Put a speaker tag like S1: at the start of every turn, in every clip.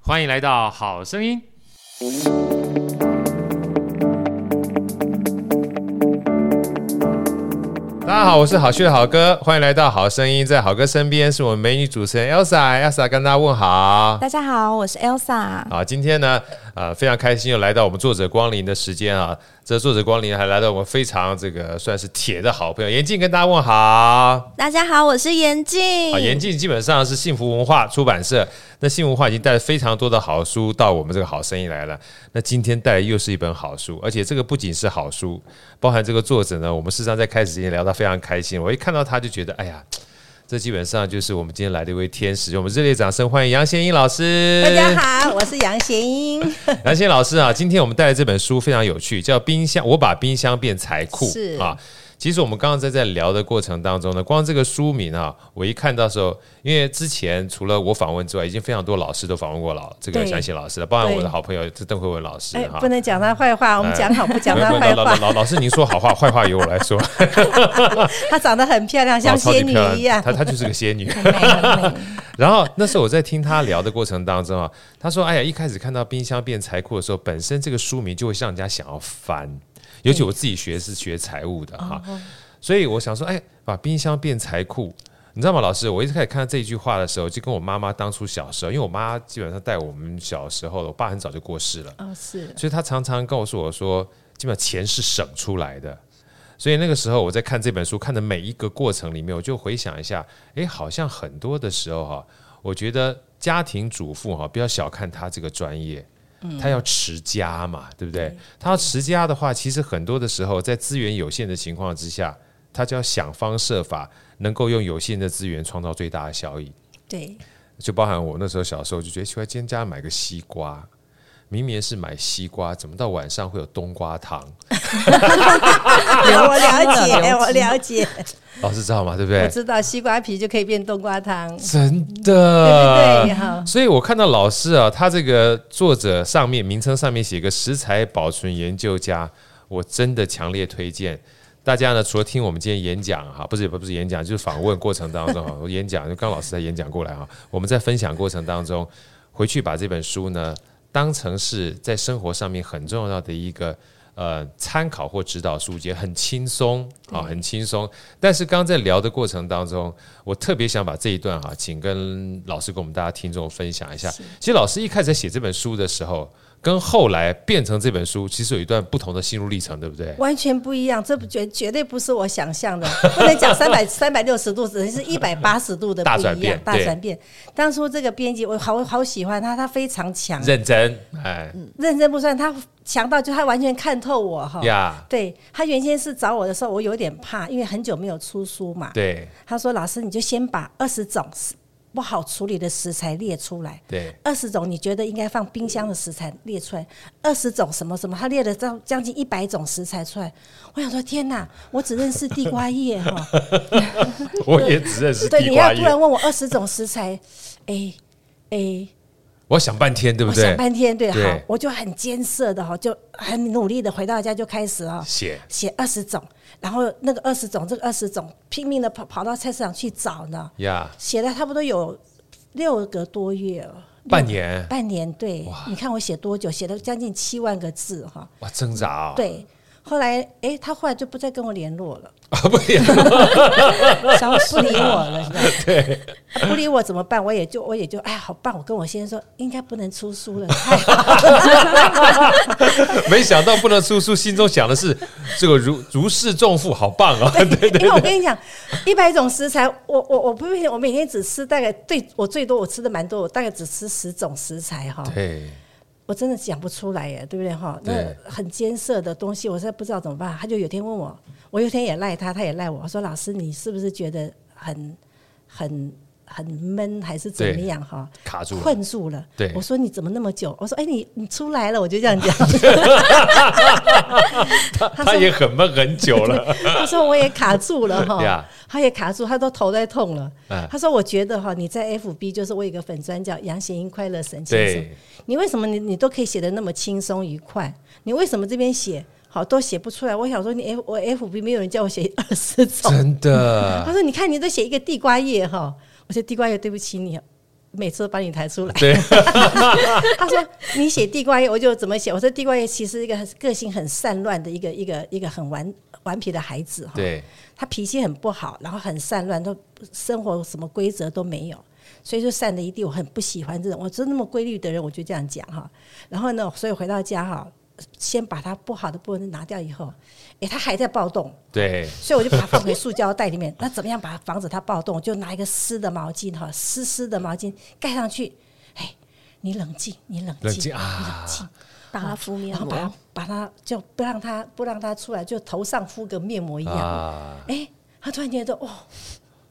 S1: 欢迎来到《好声音》。
S2: 大家好，我是好趣的好哥，欢迎来到好声音。在好哥身边是我们美女主持人 Elsa，Elsa 跟大家问好。
S3: 大家好，我是 Elsa。
S2: 好，今天呢，呃，非常开心又来到我们作者光临的时间啊。这作者光临还来到我们非常这个算是铁的好朋友严静，跟大家问好。
S3: 大家好，我是严静。
S2: 啊，严禁基本上是幸福文化出版社。那幸福文化已经带了非常多的好书到我们这个好生意来了。那今天带来又是一本好书，而且这个不仅是好书，包含这个作者呢，我们事实上在开始之前聊到非常开心。我一看到他就觉得，哎呀，这基本上就是我们今天来的一位天使。我们热烈掌声欢迎杨贤英老师。
S4: 大家好，我是杨贤 英。
S2: 杨宪老师啊，今天我们带来这本书非常有趣，叫《冰箱》，我把冰箱变财库
S4: 是
S2: 啊。其实我们刚刚在在聊的过程当中呢，光这个书名啊，我一看到时候，因为之前除了我访问之外，已经非常多老师都访问过老这个
S4: 对
S2: 杨宪老师了，包含我的
S4: 对
S2: 好朋友这邓慧文老师
S4: 哎，
S2: 哈。
S4: 不能讲他坏话，我 们讲好不讲他
S2: 老
S4: 坏
S2: 老老
S4: 话。
S2: 老老师，您说好话，坏话由我来说，
S4: 她长得很漂亮，
S2: 哇
S4: 像
S2: 超级
S4: 仙女
S2: 漂亮
S4: 一样。
S2: 她她就是个仙女。然后那时候我在听他聊的过程当中啊，他说：“哎呀，一开始看到冰箱变财库的时候，本身这个书名就会让人家想要翻，尤其我自己学是学财务的哈，所以我想说，哎，把冰箱变财库。”你知道吗，老师？我一开始看到这句话的时候，就跟我妈妈当初小时候，因为我妈基本上带我们小时候了，我爸很早就过世了，
S4: 哦，是
S2: 所以他常常告诉我说，基本上钱是省出来的。所以那个时候我在看这本书，看的每一个过程里面，我就回想一下，诶，好像很多的时候哈、我觉得家庭主妇哈、不要小看她这个专业，她要持家嘛，对不对？她要持家的话，其实很多的时候在资源有限的情况之下，她就要想方设法能够用有限的资源创造最大的效益。
S4: 对，
S2: 就包含我那时候小时候就觉得奇哎怪，今天家买个西瓜，明明是买西瓜，怎么到晚上会有冬瓜汤？啊
S4: 哎我了
S3: 流
S4: 解，
S3: 汁
S4: 我了解，
S2: 老师知道吗？啊对不
S4: 我
S2: 对？
S4: 知道西瓜皮就可以变冬瓜汤，对
S2: 真
S4: 不
S2: 的。
S4: 对？哈，
S2: 所以我看到老师啊，他这个作者上面名称上面写个食材保存研究家，我真的强烈推荐。大家呢，除了听我们今天演讲哈，不是不是演讲，就是访问过程当中哈，我演讲就刚老师在演讲过来哈，我们在分享过程当中，回去把这本书呢当成是在生活上面很重要的一个呃参考或指导书籍，很轻松啊，很轻松。但是刚刚在聊的过程当中，我特别想把这一段哈、请跟老师跟我们大家听众分享一下。其实老师一开始在写这本书的时候，跟后来变成这本书，其实有一段不同的心路历程，对不对？
S4: 完全不一样，这不绝绝对不是我想 象的，不能讲三百三百六十度，只能是一百八十度的
S2: 大
S4: 不
S2: 转
S4: 一
S2: 变
S4: 样大
S2: 对
S4: 转变。当初这个编辑，我好我好喜欢他，他非常强，
S2: 认真，哎
S4: 认真不算，他强到就他完全看透我哈。
S2: 呀，
S4: 对他原先是找我的时候，我有点怕，因为很久没有出书嘛。
S2: 对
S4: 他说：“老师，你就先把二十种不好处理的食材列出来，
S2: 对
S4: 二十种你觉得应该放冰箱的食材列出来，二十种什么什么，他列了将将近一百种食材出来。我想说，天哪，我只认识地瓜叶 哈。
S2: 我也只认识
S4: 对，
S2: 地
S4: 你
S2: 瓜
S4: 要突然
S2: 叶，
S4: 问我二十种食材，哎哎。”
S2: 我想半天，对不
S4: 我想
S2: 对？
S4: 半天，对，好
S2: 对，
S4: 我就很艰涩的哈，就很努力的回到家就开始哈，
S2: 写
S4: 写二十种，然后那个二十种，这个二十种拼命的跑跑到菜市场去找呢，
S2: 呀，
S4: 写了差不多有六个多月了，
S2: 半年
S4: 半年对。你看我写多久？写了将近七万个字哈。
S2: 哇，挣扎啊，
S4: 对，后来哎，他后来就不再跟我联络 了，
S2: 啊， 不也
S4: 消失不理我了，是吧？ 对，不理我怎么办？我也就我也就哎，好棒！我跟我先生说，应该不能出书了，太好了
S2: 没想到不能出书，心中想的是 这个如如释重负，好棒啊！ 对
S4: 因为我跟你讲，一百种食材，我我我不我每天只吃大概最我最多我吃的蛮多，我大概只吃十种食材哈。
S2: 对，
S4: 我真的讲不出来耶，对不对哈？那
S2: 对
S4: 很艰涩的东西，我实在不知道怎么办。他就有天问我，我有天也赖他，他也赖我，我说老师，你是不是觉得很很很闷，还是怎么样哈？
S2: 卡住了，
S4: 困住了，
S2: 对
S4: 我说你怎么那么久？我说哎，你你出来了，我就这样讲。
S2: 他
S4: 他
S2: 他
S4: 说
S2: 也很闷很久 了，
S4: 他说我也卡住 了
S2: Yeah
S4: 哈，他也卡住，他都头在痛了
S2: 嗯。
S4: 他说我觉得哈，你在 FB 就是我有一个粉专叫杨贤英快乐神轻松
S2: 对，
S4: 你为什么你你都可以写的那么轻松愉快？你为什么这边写好都写不出来？我想说你 F 我 FB 没有人叫我写二十 种，
S2: 真的
S4: 他说你看你都写一个地瓜叶哈，我说地瓜叶对不起你。每次都把你抬出来。
S2: 对，
S4: 他说你写地瓜叶，我就怎么写。我说地瓜叶其实一个很个性很散乱的一个一个一个很顽顽皮的孩子哈，
S2: 对，
S4: 他脾气很不好，然后很散乱，都生活什么规则都没有。所以就散了一地，我很不喜欢这种，我真那么规律的人，我就这样讲哈。然后呢，所以回到家哈，先把他不好的部分拿掉以后，诶，他还在暴动，
S2: 对，
S4: 所以我就把它放回塑胶袋里面。那怎么样把它防止它暴动？我就拿一个湿的毛巾哈，湿湿的毛巾盖上去。哎，你冷静，你冷静，
S2: 冷静啊
S4: 你冷静，
S3: 把它敷面
S4: 然后把它
S3: 膜，
S4: 把它就不让它不让它出来，就头上敷个面膜一样。
S2: 啊，
S4: 哎、他突然觉得哦。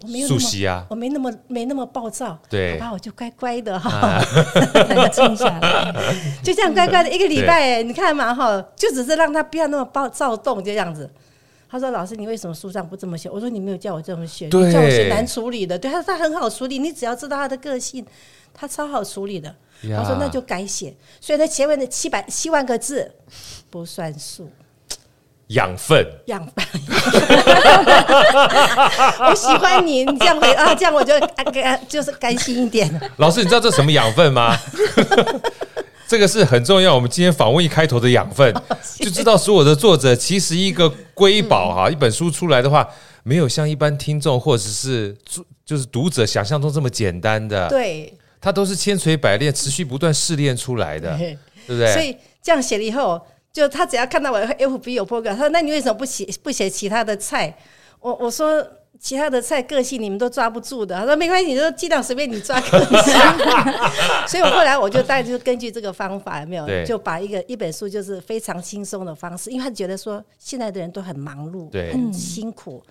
S4: 我没有那
S2: 熟悉
S4: 么，
S2: 啊
S4: 我没那么没那么暴躁，
S2: 对啊
S4: 好吧，我就乖乖的哈，冷静下 来，就这样乖乖的一个礼拜，哎你看嘛哈，就只是让他不要那么暴躁动，就这样子。他说：“老师，你为什么书上不这么写？”我说：“你没有叫我这么写，你
S2: 对
S4: 叫我写难处理的。”对，他说他很好处理，你只要知道他的个性，他超好处理的。
S2: 呀
S4: 我说：“那就改写。”所以那前面的七百七万个字不算数，
S2: 养分，
S4: 样板。 我喜欢你，你这样回啊，这样我就啊甘就是甘心一点。
S2: 老师，你知道这什么养分 吗？这个是很重要。我们今天访问一开头的养 分，就知道所有的作者其实一个瑰宝哈、一本书出来的话，没有像一般听众或者是作就是读者想象中这么简单的，
S4: 对，
S2: 它都是千锤百炼、持续不断试炼出来的，对不
S4: 所
S2: 对？
S4: 以这样写了以后，就他只要看到我 FB 有播客，他说：“那你为什么不写不写其他的菜？”我我说。其他的菜个性你们都抓不住的，他说没关系，你就尽量随便你抓个性。 所以我后来我就大概就根据这个方法，有没
S2: 对
S4: 有就把一个一本书就是非常轻松的方式，因为他觉得说现在的人都很忙碌，
S2: 对
S4: 很辛苦，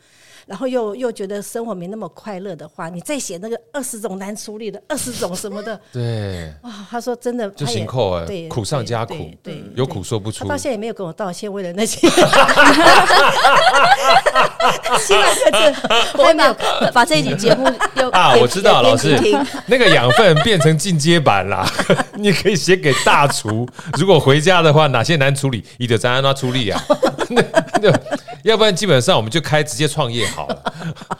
S4: 然后又又觉得生活没那么快乐的话，你再写那个二十种难处理的二十种什么的
S2: 对，
S4: 啊、他说真的，
S2: 就
S4: 他也
S2: 行扣哎
S4: 对，
S2: 苦上加
S4: 对
S2: 苦
S4: 对对，
S2: 有苦说不
S4: 他
S2: 出。
S4: 到现在也没有跟我道歉，为了 那些七万个字，我
S3: 我
S4: 也
S3: 会
S4: 没有。
S3: 把把这一集节目 又
S2: 啊，
S3: 给
S2: 我知道，
S3: 给
S2: 老师啊
S3: 给听
S2: 那个养分变成进阶版啦， 你可以写给大厨。如果回家的话，哪些难处理，你就怎样处理啊？ 那那要不然基本上我们就开直接创业好了。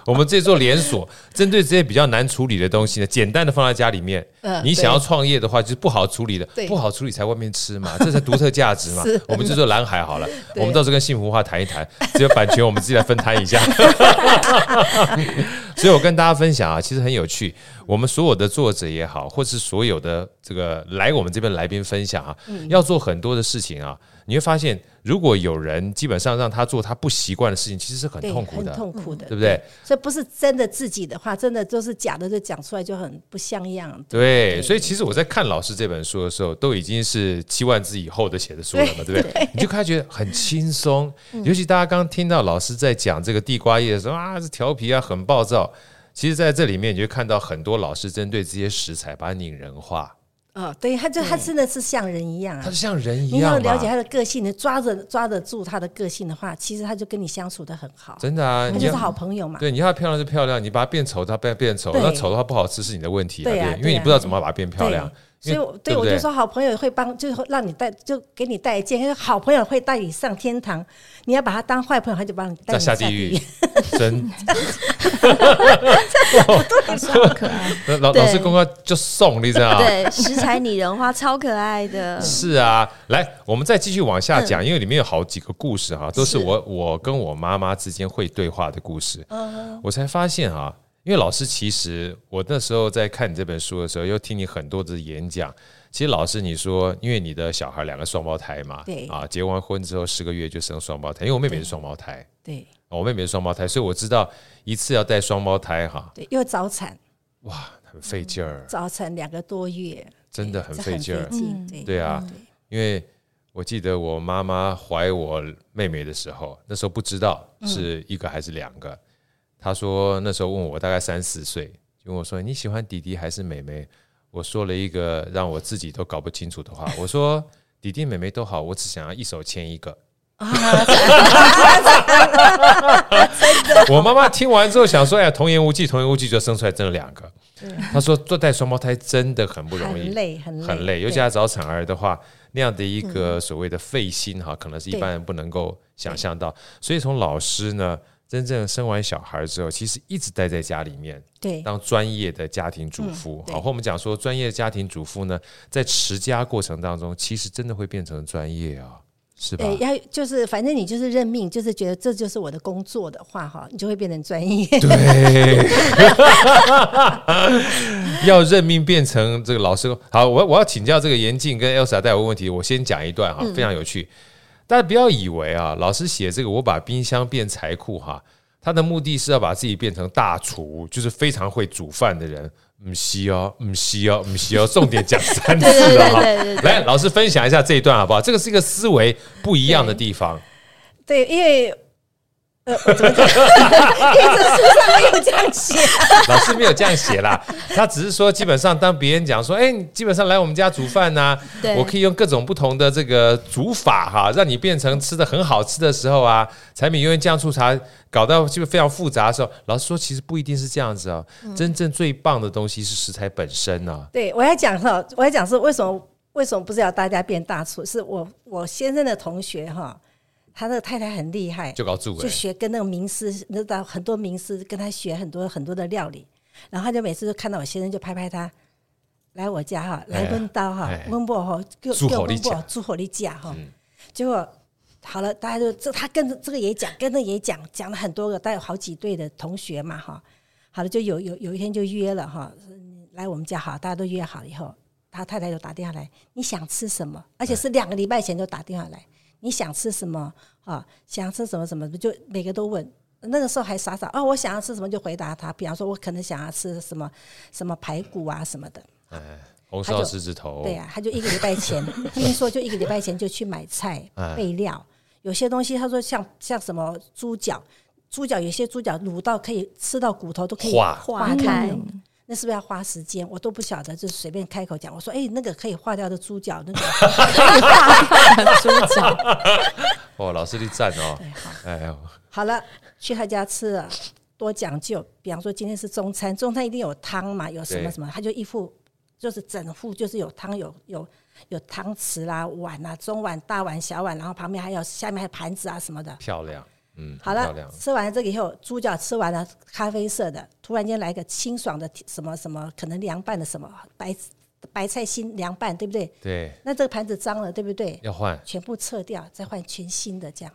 S2: 我们这做连锁，针对这些比较难处理的东西呢，简单的放在家里面。
S4: 嗯
S2: 你想要创业的话，就是不好处理的，
S4: 对
S2: 不好处理才外面吃嘛，这才独特价值嘛
S4: 是。
S2: 我们就做蓝海好了，
S4: 对
S2: 我们到时候跟幸福化谈一谈，只有版权我们自己来分摊一下。所以我跟大家分享啊，其实很有趣。我们所有的作者也好，或是所有的这个来我们这边来宾分享啊，
S4: 嗯
S2: 要做很多的事情啊，你会发现，如果有人基本上让他做他不习惯的事情，其实是很
S4: 对，
S2: 痛苦
S4: 很
S2: 的，嗯
S4: 痛苦的，
S2: 对不对？
S4: 所以不是真的自己的话，真的都是假的，就讲出来就很不像样。
S2: 对，所以其实我在看老师这本书的时候，都已经是七万字以后的写的书了嘛， 对不对？你就开始觉得很轻松，
S4: 嗯
S2: 尤其大家刚听到老师在讲这个地瓜叶的时候啊，是调皮啊，很暴躁。其实，在这里面你就看到很多老师针对这些食材把它拟人化，
S4: 啊、对，他就他真的是像人一样
S2: 它
S4: 啊
S2: 就。像人一
S4: 你要
S2: 样嘛
S4: 了解，他的个性，你抓着抓得住他的个性的话，其实他就跟你相处的很好，
S2: 真的啊，
S4: 他
S2: 你
S4: 就是
S2: 要
S4: 好朋友嘛。
S2: 对你要漂亮就漂亮，你把它变丑，它变变丑，
S4: 对
S2: 那丑的话不好吃是你的问题啊，
S4: 对啊
S2: 对，
S4: 对
S2: 因为你
S4: 啊
S2: 不知道怎么把它变漂亮，
S4: 所以我
S2: 对
S4: 对
S2: 不
S4: 我
S2: 对
S4: 就说，好朋友会帮，就是让你带，就给你带一件，因为好朋友会带你上天堂。你要把他当坏朋友，他就帮你
S2: 再
S4: 带你
S2: 下
S4: 地
S2: 地狱， 真
S1: 好可爱。
S2: 那老
S3: 对
S2: 老师公告就送，你知道吗？
S3: 对食材拟人化，超可爱的。
S2: 是啊，来，我们再继续往下讲，因为里面有好几个故事哈、都嗯是
S4: 是
S2: 我我跟我妈妈之间会对话的故事。我才发现啊，因为老师其实我那时候在看你这本书的时候，又听你很多的演讲。其实老师你说，因为你的小孩两个双胞胎嘛，
S4: 对
S2: 啊，结完婚之后十个月就生双胞胎，因为哦我妹妹是双胞胎，
S4: 对
S2: 我妹妹是双胞胎，所以我知道一次要带双胞胎哈、
S4: 对，又早产，
S2: 很费劲儿，
S4: 早产两个多月，
S2: 真嗯的很
S4: 这
S2: 费劲儿。
S4: 劲对
S2: 对啊，因为我记得我妈妈怀我妹妹的时候，那时候不知道是一个还是两个。她说那时候问我大概三四岁，就问我说你喜欢弟弟还是妹妹？我说了一个让我自己都搞不清楚的话，我说弟弟妹妹都好，我只想要一手牵一个。 我妈妈听完之后想说：“哎呀，童言无忌，童言无忌，就生出来真的两个。”她说：“做带双胞胎真的很不容易，
S4: 很累很累
S2: 很累，尤其
S4: 嗯对嗯
S2: 他早产儿的话，那样的一个所谓的费心哈，可能是一
S4: 对
S2: 般人不能够想象到。所以从老师呢，真正生完小孩之后，其实一直待在家里面
S4: 对嗯
S2: 当专业的家庭主妇。
S4: 对
S2: 好，或我们讲说专业的家庭主妇呢，在持家过程当中，其实真的会变成专业啊，是吧？
S4: 对，要就是反正你就是认命，就是觉得这就是我的工作的话哈，你就会变成专业。
S2: 对，要任命变成这个老师。好，我我要请教这个严静跟 Elsa 带我问题，我先讲一段
S3: 嗯
S2: 哈，非常有趣。大家不要以为啊，老师写这个我把冰箱变财库哈，他的目的是要把自己变成大厨，就是非常会煮饭的人。唔西哦，唔西哦，唔西哦，重点讲三次
S3: 对
S2: 了
S3: 对对
S2: 哈
S3: 对对。
S2: 来，老师分享一下这一段好不好？这个是一个思维不一样的地方。
S4: 对，因为呃，我怎么讲？ 因为这书上没有这样写。
S2: 老师没有这样写啦，他只是说基本上当别人讲说，哎、你基本上来我们家煮饭啊呐、
S3: 对
S2: 我可以用各种不同的这个煮法哈、让你变成吃的很好吃的时候啊，柴米油盐酱醋茶搞到就非常复杂的时候，老师说其实不一定是这样子啊，
S4: 嗯
S2: 真正最棒的东西是食材本身啊。
S4: 对，我要讲哈，我要讲是为什么为什么不是要大家变大厨？是我我先生的同学哈，他的太太很厉害，
S2: 就搞住
S4: 嗯就
S2: 了，
S4: 学跟那个名师，那到很多名师跟他学很多很多的料理，然后他就每次都看到我先生就拍拍他，来我家哈，来温刀哈
S2: 哎，
S4: 温波哈，给
S2: 煮
S4: 给
S2: 好你
S4: 温波
S2: 吃嗯
S4: 煮好你家哈，结果。好了，大家就这，他跟着这个也讲，跟着也讲，讲了很多个，大概有好几对的同学嘛，哈。好了，就有有有一天就约了哈，来我们家好，大家都约好以后，他太太就打电话来，你想吃什么？而且是两个礼拜前就打电话来，你想吃什么啊？想吃什么什么？就每个都问。那个时候还傻傻哦，我想要吃什么就回答他，比方说我可能想要吃什么什么排骨啊什么的，
S2: 哎，红烧狮子头，
S4: 对啊，他就一个礼 拜前听说就一个礼拜前就去买菜
S2: 哎
S4: 备料，有些东西他说像像什么猪脚，猪脚有些猪脚卤到可以吃到骨头都可以
S2: 化
S4: 化
S3: 开
S4: 开，那是不是要花时间？我都不晓得，就随便开口讲。我说，哎、那个可以化掉的猪脚，那个可以化猪脚。
S2: 哦，老师你赞哦，
S4: 对，好，
S2: 哎呦，
S4: 好了，去他家吃了，多讲究。比方说今天是中餐，中餐一定有汤嘛，有什么
S2: 对
S4: 什么，他就一副就是整副就是有汤有有有汤匙啦、碗啦、中碗、大碗、小碗，然后旁边还有下面还有盘子啊什么的。
S2: 漂亮，嗯，
S4: 好
S2: 漂
S4: 了
S2: 亮，，
S4: 吃完这个以后，猪脚吃完了，咖啡色的，突然间来个清爽的什么什么，可能凉拌的什么白白菜心凉拌，对不对？
S2: 对，
S4: 那这个盘子脏了，对不对？
S2: 要换，
S4: 全部撤掉，再换全新的这样。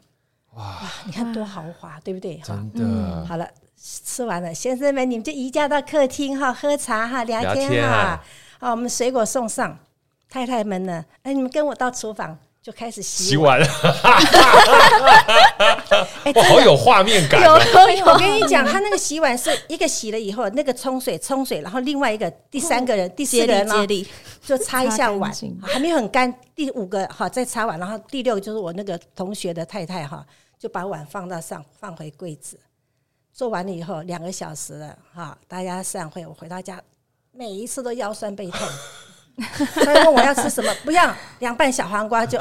S4: 哇，你看多豪华，对不对？哈，嗯
S2: 真的，
S4: 好了，吃完了，先生们，你们就移驾到客厅哈，喝茶哈，聊
S2: 聊
S4: 天
S2: 天
S4: 哈
S2: 啊。
S4: 好，我们水果送上，太太们呢？哎，你们跟我到厨房就开始洗
S2: 洗碗，
S4: 哎，
S2: 哇，好有画面感 哦。
S4: 我跟你讲，他那个洗碗是一个洗了以后，那个冲水冲水，然后另外一个第三个人、第四
S3: 哦接
S4: 个人
S3: 力
S4: 呢
S3: 接，力，
S4: 就擦一下碗
S1: 擦干净，
S4: 还没有很干。第五个哈再擦碗，然后第六个就是我那个同学的太太哈，就把碗放到上放回柜子。做完了以后，两个小时了哈，大家散会，我回到家，每一次都腰酸背 痛。他问我要吃什么，不要凉拌小黄 瓜就。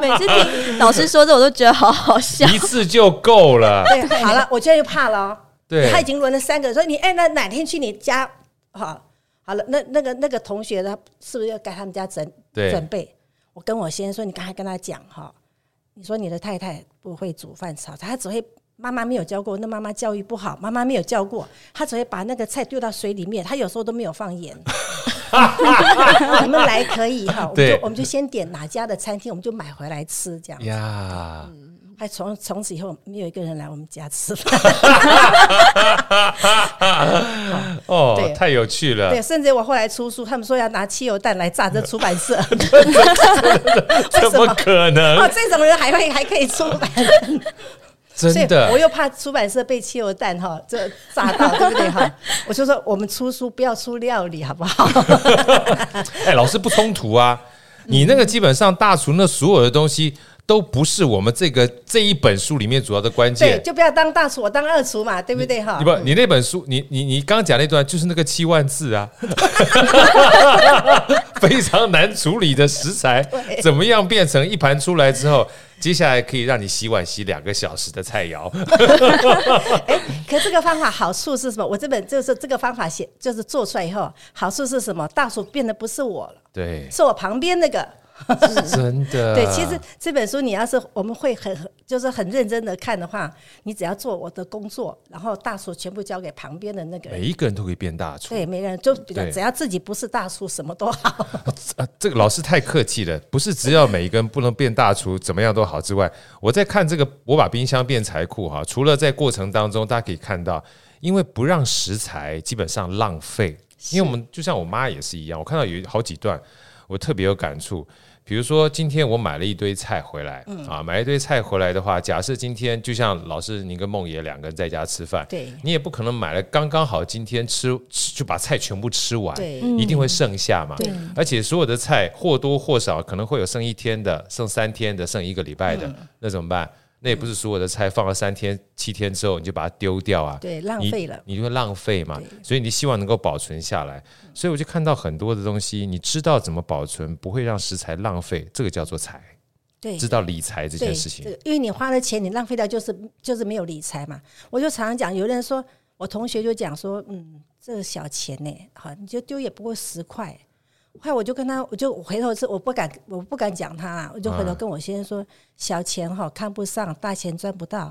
S3: 每次听老师说这我都觉得好好笑。
S2: 一次就够了
S4: 对，好了，我现在就怕了哦。
S2: 对
S4: 他已经轮了三个，说你哎，那哪天去你家？好，好了，那那个那个同学呢，是不是要给他们家准
S2: 对
S4: 准备？我跟我先生说，你刚才跟他讲哈，你说你的太太不会煮饭炒菜，她只会妈妈没有教过，那妈妈教育不好，妈妈没有教过，她只会把那个菜丢到水里面，她有时候都没有放盐。 你们来可以哈，我们
S2: 对
S4: 就我们就先点哪家的餐厅，我们就买回来吃这样。
S2: 呀，
S4: 还从从此以后没有一个人来我们家吃饭。
S2: 哦
S4: 对，
S2: 太有趣了
S4: 对，，甚至我后来出书，他们说要拿汽油弹来炸这出 版社，
S2: 怎
S4: 为什
S2: 么
S4: 么？
S2: 可
S4: 哦，
S2: 能？
S4: 这种人还会还可以出版，所
S2: 真
S4: 以
S2: 的
S4: 我，又怕出版社被汽油弹哈这炸 到，对不对哈？我就说我们出书不要出料理，好不好？
S2: 哎，老师不冲突啊。
S4: 嗯
S2: 你那个基本上大厨那所有的东西都不是我们这个这一本书里面主要的关
S4: 对，
S2: 键。
S4: 就不要当大厨，我当二厨嘛，对不对嗯哈
S2: 你？不，你那本书，你你你刚讲那段就是那个七万字 啊，非常难处理的食材，
S4: 对
S2: 怎么样变成一盘出来之后，接下来可以让你洗碗洗两个小时的菜肴，
S4: 可这个方法好处是什么？我这本就是这个方法写，就是做出来以后，好处是什么？大厨变得不是我了，
S2: 对，啊
S4: 是我旁边那个。
S2: 真的。
S4: 对，其实这本书你要是我们会很就是很认真的看的话，你只要做我的工作，然后大厨全部交给旁边的那个人。
S2: 每一个人都可以变大厨。
S4: 对，每个人就比较
S2: 对
S4: 只要自己不是大厨，什么都好。
S2: 啊，这个老师太客气了，不是只要每一个人不能变大厨，怎么样都好之外，我在看这个我把冰箱变财库哈，除了在过程当中大家可以看到，因为不让食材基本上浪费，因为我们就像我妈也是一样，我看到有好几段我特别有感触。比如说，今天我买了一堆菜回来，啊，买了一堆菜回来的话，假设今天就像老师您跟梦爷两个人在家吃饭，
S4: 对
S2: 你也不可能买了刚刚好今天吃吃就把菜全部吃完，
S4: 对
S2: 一定会剩下嘛。
S4: 对
S2: 而且所有的菜或多或少可能会有剩一天的、剩三天的、剩一个礼拜的，
S4: 嗯
S2: 那怎么办？那也不是所有的菜放了三天、七天之后你就把它丢掉啊，
S4: 对，浪
S2: 你
S4: 费了。
S2: 你就会浪费嘛。所以你希望能够保存下来，所以我就看到很多的东西，你知道怎么保存，不会让食材浪费，这个叫做财，
S4: 对，
S2: 知道理财这
S4: 对，
S2: 件事情
S4: 这。个因为你花了钱，你浪费掉就是就是没有理财嘛。我就常常讲，有人说我同学就讲说，嗯，这个小钱呢、好，你就丢也不过十块。后来我就跟他，我就回头是我不敢，我不敢讲他啦，我就回头
S2: 嗯
S4: 跟我先生说，小钱哈看不上，大钱赚不到，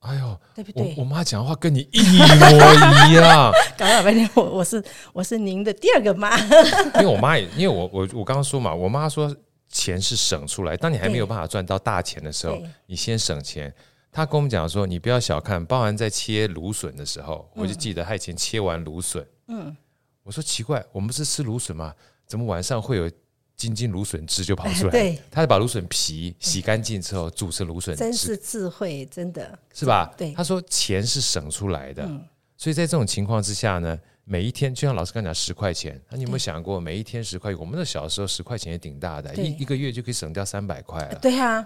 S2: 哎呦，
S4: 对不
S2: 我
S4: 对
S2: 我？妈讲话跟你一模一样。
S4: 搞了半天，我我是我是您的第二个妈，
S2: 因为我妈也，因为我我我刚刚说嘛，我妈说钱是省出来，当你还没有办法赚到大钱的时候
S4: 对，
S2: 你先省钱。她跟我们讲说，你不要小看，包含在切芦笋的时候，我就
S4: 嗯
S2: 记得她以前切完芦笋，嗯，我说奇怪，我们不是吃芦笋吗？怎么晚上会有金金芦笋汁就跑出来？
S4: 哎对，
S2: 她就把芦笋皮洗干净之后煮成芦笋
S4: 真
S2: 汁，
S4: 是智慧，真的。
S2: 是吧？
S4: 对嗯
S2: 她说钱是省出来的，所以在这种情况之下呢，每一天就像老师刚讲十块钱，那、你有没有想过每一天十块？我们的小时候十块钱也挺大的，
S4: 对
S2: 一一个月就可以省掉三百块了。
S4: 对啊，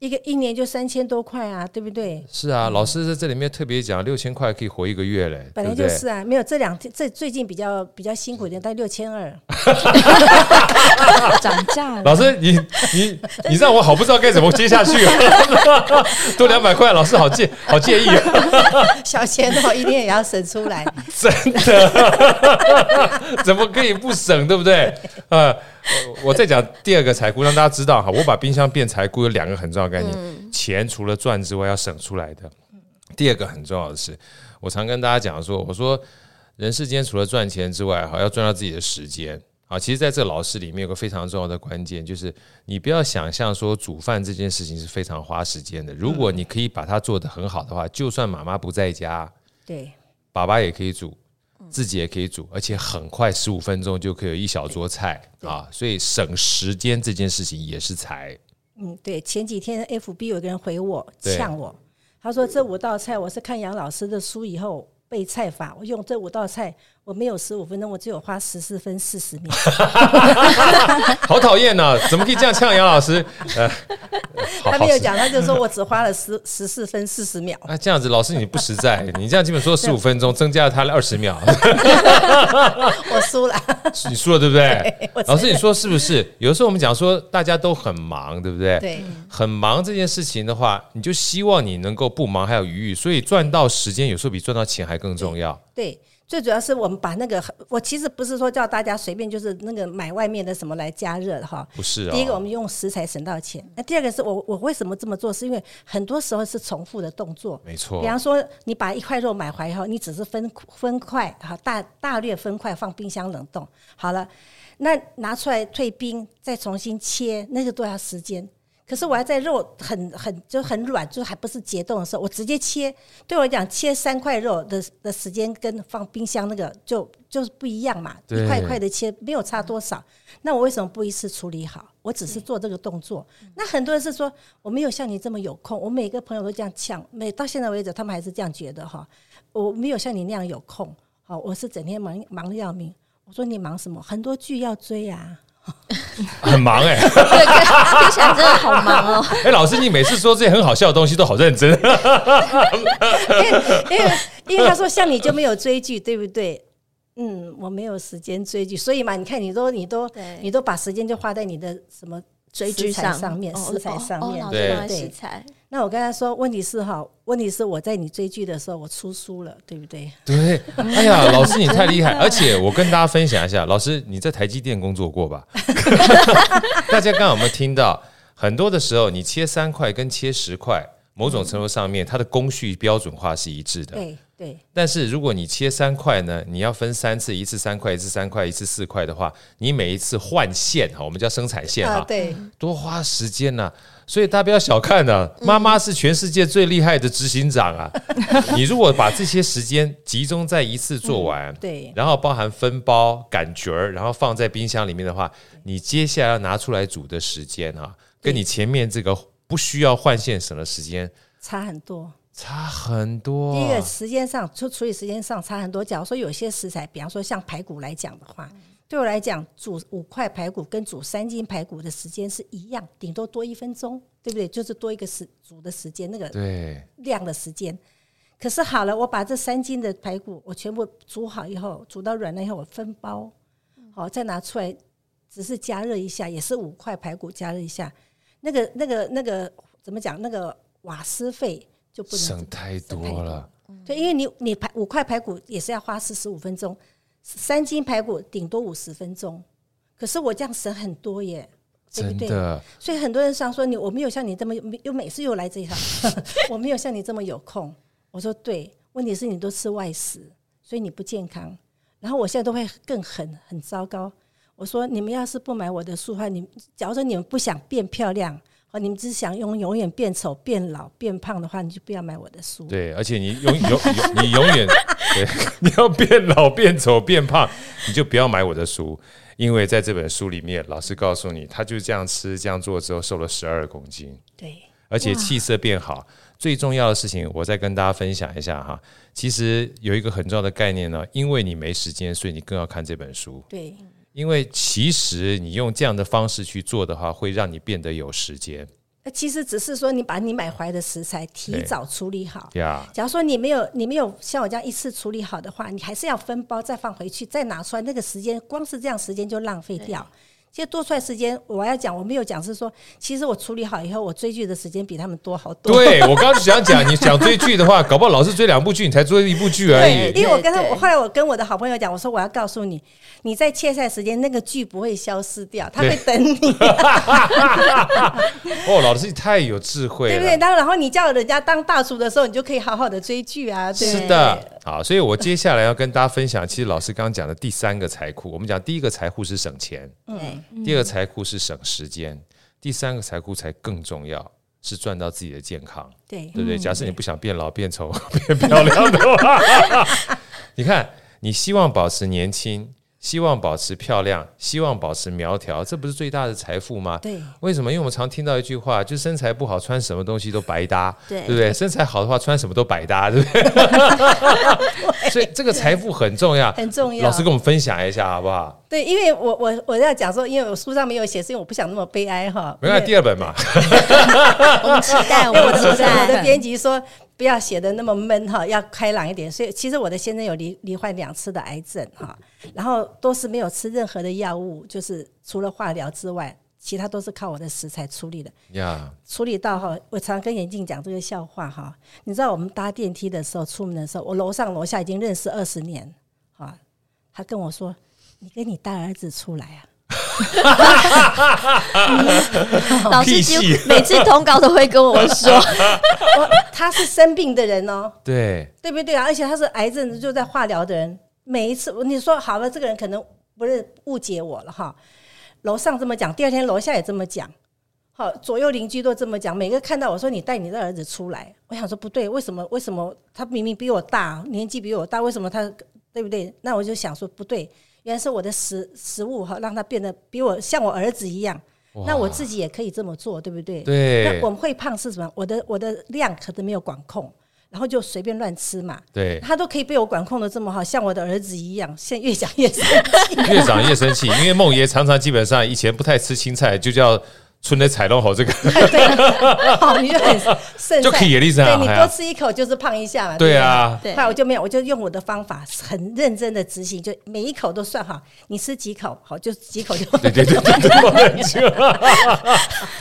S4: 一个一年就三千多块啊，对不对？
S2: 是啊，老师在这里面特别讲，六千块可以活一个月嘞，
S4: 嗯
S2: 对
S4: 本来
S2: 不对？
S4: 就
S2: 嗯
S4: 是啊，没有这两天这最近比较比较辛苦一点，大概六千二。
S3: 涨价了。
S2: 老师， 你你你让我好不知道该怎么接下去、啊，多两百块，老师好介好介意、啊，
S4: 小钱哦，一定也要省出 来。
S2: 怎么可以不省，对不对？呃，我我再讲第二个财库，让大家知道哈，我把冰箱变财库有两个很重要的概念，钱除了赚之外要省出来的。第二个很重要的是，我常跟大家讲说，我说人世间除了赚钱之外，哈，要赚到自己的时间。啊，其实在这个老师里面有个非常重要的关键，就是你不要想象说煮饭这件事情是非常花时间的。如果你可以把它做得很好的话，就算妈妈不在家，
S4: 对
S2: 爸爸也可以煮，
S4: 嗯
S2: 自己也可以煮，而且很快十五分钟就可以有一小桌菜啊，所以省时间这件事情也是财。
S4: 嗯，对，前几天 FB 有个人回我
S2: 对
S4: 呛我，他说这五道菜我是看杨老师的书以后背菜法，我用这五道菜我没有十五分钟，我只有花十四分四十 秒。
S2: 好讨厌呐！怎么可以这样呛杨老师？ 呃，好 好
S4: 他没有
S2: 实
S4: 讲，他就说我只花了十十四分四十 秒。
S2: 啊，这样子老师你不实 在，你这样基本说十五分钟，增加了他二十秒，
S4: 我输了，
S2: 你输了对不 对？
S4: 我
S2: 老师你说是不是？有的时候我们讲说大家都很忙，对不对？
S4: 对
S2: 很忙这件事情的话，你就希望你能够不忙还有余裕，所以赚到时间有时候比赚到钱还更重要。
S4: 对。最主要是我们把那个，我其实不是说叫大家随便就是那个买外面的什么来加热的哈，
S2: 不是啊、哦，
S4: 第一个，我们用食材省到钱；那第二个是我我为什么这么做，是因为很多时候是重复的动作。
S2: 没错，
S4: 比方说，你把一块肉买回来以后，你只是分分块，好大大略分块放冰箱冷冻好了，那拿出来退冰，再重新切，那个都要时间。可是我要在肉很很就很软，就还不是解冻的时候，我直接切，对我来讲切三块肉的的时间跟放冰箱那个就就是不一样嘛，
S2: 对
S4: 一块一块的切没有差多少。那我为什么不一次处理好？我只是做这个动作。那很多人是说我没有像你这么有空，我每个朋友都这样呛，每到现在为止他们还是这样觉得哈，我没有像你那样有空，好，我是整天忙忙得要命。我说你忙什么？很多剧要追啊。
S2: 很忙哎、欸、
S3: 对，听起来真的好忙哦。
S2: 哎、老师，你每次说这些很好笑的东西都好认真，
S4: 因为因为他说像你就没有追剧，对不对？嗯，我没有时间追剧，所以嘛，你看你都你都
S3: 对
S4: 你都把时间就花在你的什么
S3: 追剧
S4: 食材上面
S3: 哦
S4: 食材上
S3: 哦哦
S4: 面
S3: 脑
S2: 对
S3: 子放在
S4: 对
S3: 食材，
S4: 那我跟他说，问题是哈，问题是我在你追剧的时候我出书了，对不对？
S2: 对，哎呀，老师你太厉害！而且我跟大家分享一下，老师你在台积电工作过吧？大家刚刚有没有听到？很多的时候，你切三块跟切十块，某种程度上面它的工序标准化是一致的。
S4: 对哎对
S2: 但是如果你切三块呢，你要分三次，一次三块，一次三块，一次四块的话，你每一次换线哈，我们叫生产线
S4: 啊
S2: 哈，
S4: 对，
S2: 多花时间呐、所以大家不要小看呐、
S4: 嗯
S2: 妈妈是全世界最厉害的执行长 啊！你如果把这些时间集中在一次做完，
S4: 嗯对
S2: 然后包含分包、擀角儿，然后放在冰箱里面的话，你接下来要拿出来煮的时间啊，跟你前面这个不需要换线省的时间
S4: 差很多。
S2: 差很多。
S4: 第一个时间上，就处理时间上差很多。假如说有些食材，比方说像排骨来讲的话，对我来讲，煮五块排骨跟煮三斤排骨的时间是一样，顶多多一分钟，对不对？就是多一个时煮的时间，那个
S2: 对
S4: 量的时间。可是好了，我把这三斤的排骨我全部煮好以后，煮到软了以后，我分包，好、再拿出来，只是加热一下，也是五块排骨加热一下，那个那个那个怎么讲？那个瓦斯费就不能
S2: 省太
S4: 省
S2: 多
S4: 太
S2: 了
S4: 多。对，因为你你排五块排骨也是要花四十五分钟，三斤排骨顶多五十分钟，可是我这样省很多耶，对不
S2: 真
S4: 对？
S2: 的，
S4: 所以很多人常说你我没有像你这么有，又每次又来这一行， 我没有像你这么有空。我说对，问题是你都吃外食，所以你不健康。然后我现在都会更狠，很糟糕。我说你们要是不买我的书的话，你们假如说你们不想变漂亮，哦，你们只想永永远变丑、变老、变胖的话，你就不要买我的书。
S2: 对，而且你永永永你永远对，你要变老、变丑、变胖，你就不要买我的书，因为在这本书里面，老师告诉你，他就这样吃、这样做之后，瘦了十二公斤，
S4: 对
S2: 而且气色变好。最重要的事情，我再跟大家分享一下哈。其实有一个很重要的概念呢，因为你没时间，所以你更要看这本书。
S4: 对
S2: 因为其实你用这样的方式去做的话，会让你变得有时间
S4: 那呃其实只是说你把你买回来的食材提
S2: 对
S4: 早处理好。
S2: 呀。
S4: 假如说你没有你没有像我这样一次处理好的话，你还是要分包再放回去，再拿出来，那个时间光是这样时间就浪费掉。其实多出来时间，我要讲，我没有讲是说，其实我处理好以后，我追剧的时间比他们多好多。
S2: 对，我刚刚就想讲，你想追剧的话，搞不好老是追两部剧，你才追一部剧而
S4: 对，
S2: 已。
S4: 因为我跟他，
S3: 对对
S4: 我后来我跟我的好朋友讲，我说我要告诉你，你在切菜时间那个剧不会消失掉，他会等你，对
S2: 哦，老师你太有智慧
S4: 不对？
S2: 了。
S4: 然后然后你叫人家当大厨的时候，你就可以好好的追剧啊，对不对
S2: 是的，好，所以我接下来要跟大家分享，其实老师刚刚讲的第三个财库，我们讲第一个财库是省钱，
S3: 对，
S4: 嗯
S2: 第二个财库是省时间，第三个财库才更重要，是赚到自己的健康。
S4: 对
S2: 对不对？假设你不想变老、变丑、 变漂亮的话，你看，你希望保持年轻，希望保持漂亮，希望保持苗条，这不是最大的财富吗？
S4: 对
S2: 为什么？因为我们常听到一句话，就身材不好，穿什么东西都白搭，
S3: 对
S2: 不对？身材好的话，穿什么都百搭，对不对？所以这个财富很重要，
S4: 很重要
S2: 老师跟我们分享一下好不好？
S4: 对，因为我我我要讲说，因为我书上没有写，是因为我不想那么悲哀哈。
S2: 没关 系，第二本嘛，
S3: 我们期 待，我
S4: 因为我
S3: 们
S4: 的我
S3: 期
S4: 的我的
S3: 待，
S4: 编辑说不要写的那么闷哈，要开朗一点。所以其实我的先生有罹罹患两次的癌症哈，然后都是没有吃任何的药物，就是除了化疗之外，其他都是靠我的食材处理的。
S2: 呀，
S4: 处理到哈，我常跟眼镜讲这个笑话哈。你知道我们搭电梯的时候，出门的时候，我楼上楼下已经认识二十年啊。他跟我说：“你跟你大儿子出来啊
S3: 老师几乎每次通告都会 跟我说，？”
S4: 我哦他是生病的人哦，
S2: 对，
S4: 对不对啊？而且他是癌症就在化疗的人，每一次你说好了，这个人可能不是误解我了哈。楼上这么讲，第二天楼下也这么讲，好，左右邻居都这么讲，每个看到我说你带你的儿子出来，我想说不对，为什么？为什么他明明比我大，年纪比我大，为什么他对不对？那我就想说不对，原来是我的食食物哈，让他变得比我像我儿子一样，
S2: 哇
S4: 那我自己也可以这么做，对不对？
S2: 对
S4: 那我们会胖是什么？我的我的量可能没有管控，然后就随便乱吃嘛。
S2: 对，
S4: 他都可以被我管控的这么好，像我的儿子一样。现在越讲越生气。
S2: 越长越生气，因为梦爷常常基本上以前不太吃青菜，就叫纯的彩龙吼这个
S4: 哎对， 好，你 就很剩
S2: 就可以的意思啊
S4: 对你
S2: 哎呀
S4: 多吃一口就是胖一下嘛。
S2: 对
S4: 不
S2: 啊，
S3: 对
S4: 后来我就没有，我就用我的方法，很认真的执行，就每一口都算好，你吃几口，好就几口就。
S2: 对对 对对对，我很清楚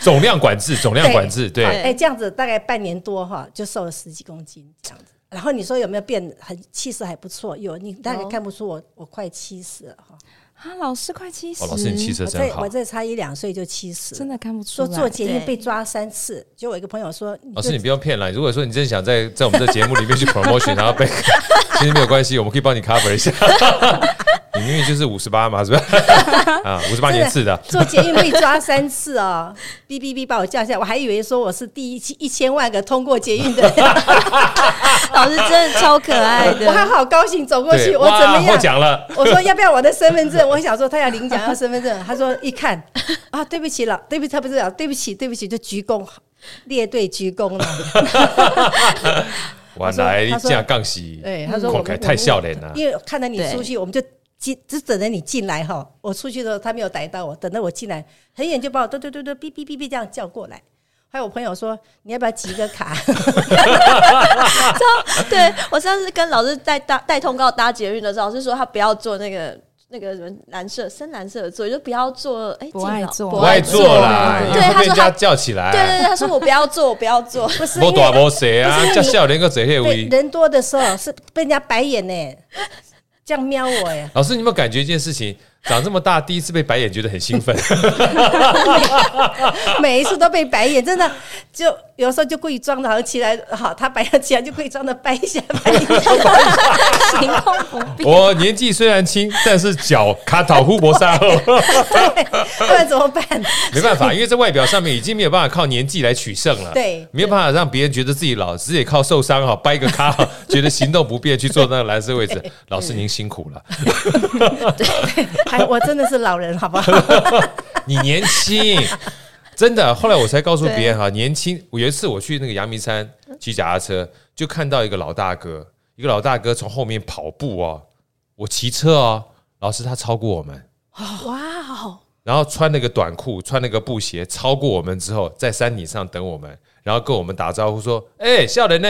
S2: 总量管制，总量管制，对
S3: 对
S4: 哎，这样子大概半年多哈，就瘦了十几公斤这样子。然后你说有没有变很气色还不错？有，你大概
S3: 有
S4: 看不出我我快七十了哈，
S1: 啊，老师快七十、
S2: 哦，老师你气色
S4: 我
S2: 真
S4: 再
S2: 好
S4: 我。再差一两岁就七十，
S1: 真的看不出
S4: 说
S1: 来。
S4: 做节目
S3: 对
S4: 被抓三次，就我一个朋友说，你
S2: 老
S4: 就
S2: 哦师，你不用骗了。如果说你真的想在在我们的节目里面去 promotion，然后被， 其实没有关系，我们可以帮你 cover 一下。 你明明就是五十八嘛，是吧？ 啊，五十八年次的，
S4: 做捷运被抓三 次哦，哔哔哔把我叫下来，我还以为说我是第一期一千万个通过捷 运的人，
S3: 老师真的超可爱
S4: 我还
S3: 的，
S4: 好高兴走过去，
S2: 对，
S4: 我怎么
S2: 哇获
S4: 样？
S2: 奖了，
S4: 我说要不要我的身份 证？我想说他要领奖要身份证，他说一看啊，对不起了，对不起，他不是老对不起，对不起，就鞠躬，列队鞠 躬了。
S2: 哇，
S4: 他说
S2: 来
S4: 他说
S2: 这样杠喜，
S4: 对，他说
S2: 慷
S4: 我
S2: 慨
S4: 们
S2: 太笑脸了。
S4: 因为看到你出去，我们就进，只等着你进来哈。我出去的时候，他没有逮到我，等到我进来，很远就把我嘟嘟嘟嘟哔哔哔哔这样叫过来。还有我朋友说，你要不要集个卡？
S3: 对 我上次跟老师带搭带通告搭捷运的时候，老师说他不要坐那个那个什么蓝色深蓝色的座椅，就不要坐，哎，
S1: 不爱坐
S3: 敬老
S2: 不
S3: 不
S2: 爱
S3: 爱
S2: 做啦，
S1: 对
S2: 因
S3: 对
S2: 为会被
S3: 他
S2: 人
S3: 说
S2: 家
S3: 他
S2: 叫起来。
S3: 对对对，他说我不要坐，我不要坐，
S4: 不是
S2: 没
S4: 因
S2: 大
S4: 为
S2: 没谁啊
S4: 不，是
S2: 叫笑脸个嘴黑微。
S4: 对人多的时候是被人家白眼呢，这样瞄我 哎。
S2: 老师，你有没有感觉一件事情？长这么大，第一次被白眼，觉得很兴 奋。
S4: 每一次都被白眼，真的就有时候就故意装的，好像起来好，他白眼起来就故意装的掰一下 掰一下。
S1: 行动不 便。
S2: 我年纪虽然轻，但是脚卡倒呼伯沙后，
S4: 对，不然怎么 办？
S2: 没办法，因为在外表上面已经没有办法靠年纪来取胜了。
S4: 对
S2: 没有办法让别人觉得自己老，只得靠受伤哈，掰个咖，觉得行动不便去坐那个蓝色位置。老师您辛苦了，
S4: 哎，我真的是老人，好不好？
S2: 你年轻， 真的。后来我才告诉别人哈，年轻。我有一次我去那个阳明山骑脚踏车，就看到一个老大哥，一个老大哥从后面跑步哦，我骑车哦，老师他超过我们，
S3: 哇哦，
S2: 然后穿那个短裤，穿那个布鞋，超过我们之后，在山顶上等我们，然后跟我们打招呼说：“哎、笑人呢、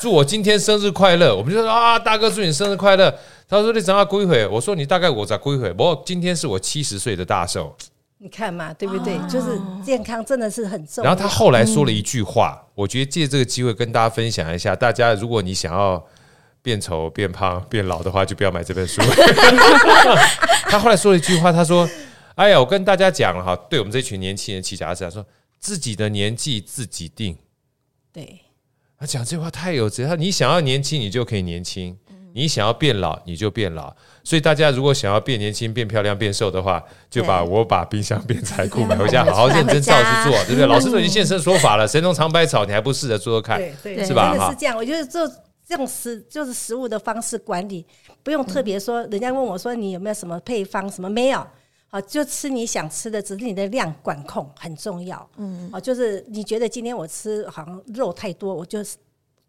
S2: 祝我今天生日快乐。”我们就说：“啊，大哥，祝你生日快乐。”他说：“你长到几岁？”我说：“你大概我在几岁？不过今天是我七十岁的大寿。”
S4: 你看嘛，对不对？就是健康真的是很重要。
S2: 然后他后来说了嗯一句话，我觉得借这个机会跟大家分享一下，大家如果你想要变丑、变胖、变老的话，就不要买这本 书。他后来说了一句话，他说：“哎呀，我跟大家讲了哈，对我们这群年轻人骑脚踏车，他啊说自己的年纪自己定。
S4: 对，”
S2: 他讲这话太有哲，他你想要年轻，你就可以年轻；你想要变老，你就变老。所以大家如果想要变年轻、变漂亮、变瘦的话，就把我把冰箱变财 库买回家，好好认真照去做，对
S4: 嗯
S2: 不对？老师都已经现身说法了，神农尝百草，你还不试着做做看？
S4: 对对，
S3: 是
S2: 吧
S4: 真的
S2: 哈
S4: 是这样。我觉得做这种食就是食物的方式管理，不用特别说，人家问我说你有没有什么配方什么没有。好，就吃你想吃的，只是你的量管控很重要。嗯，哦，就是你觉得今天我吃好像肉太多，我就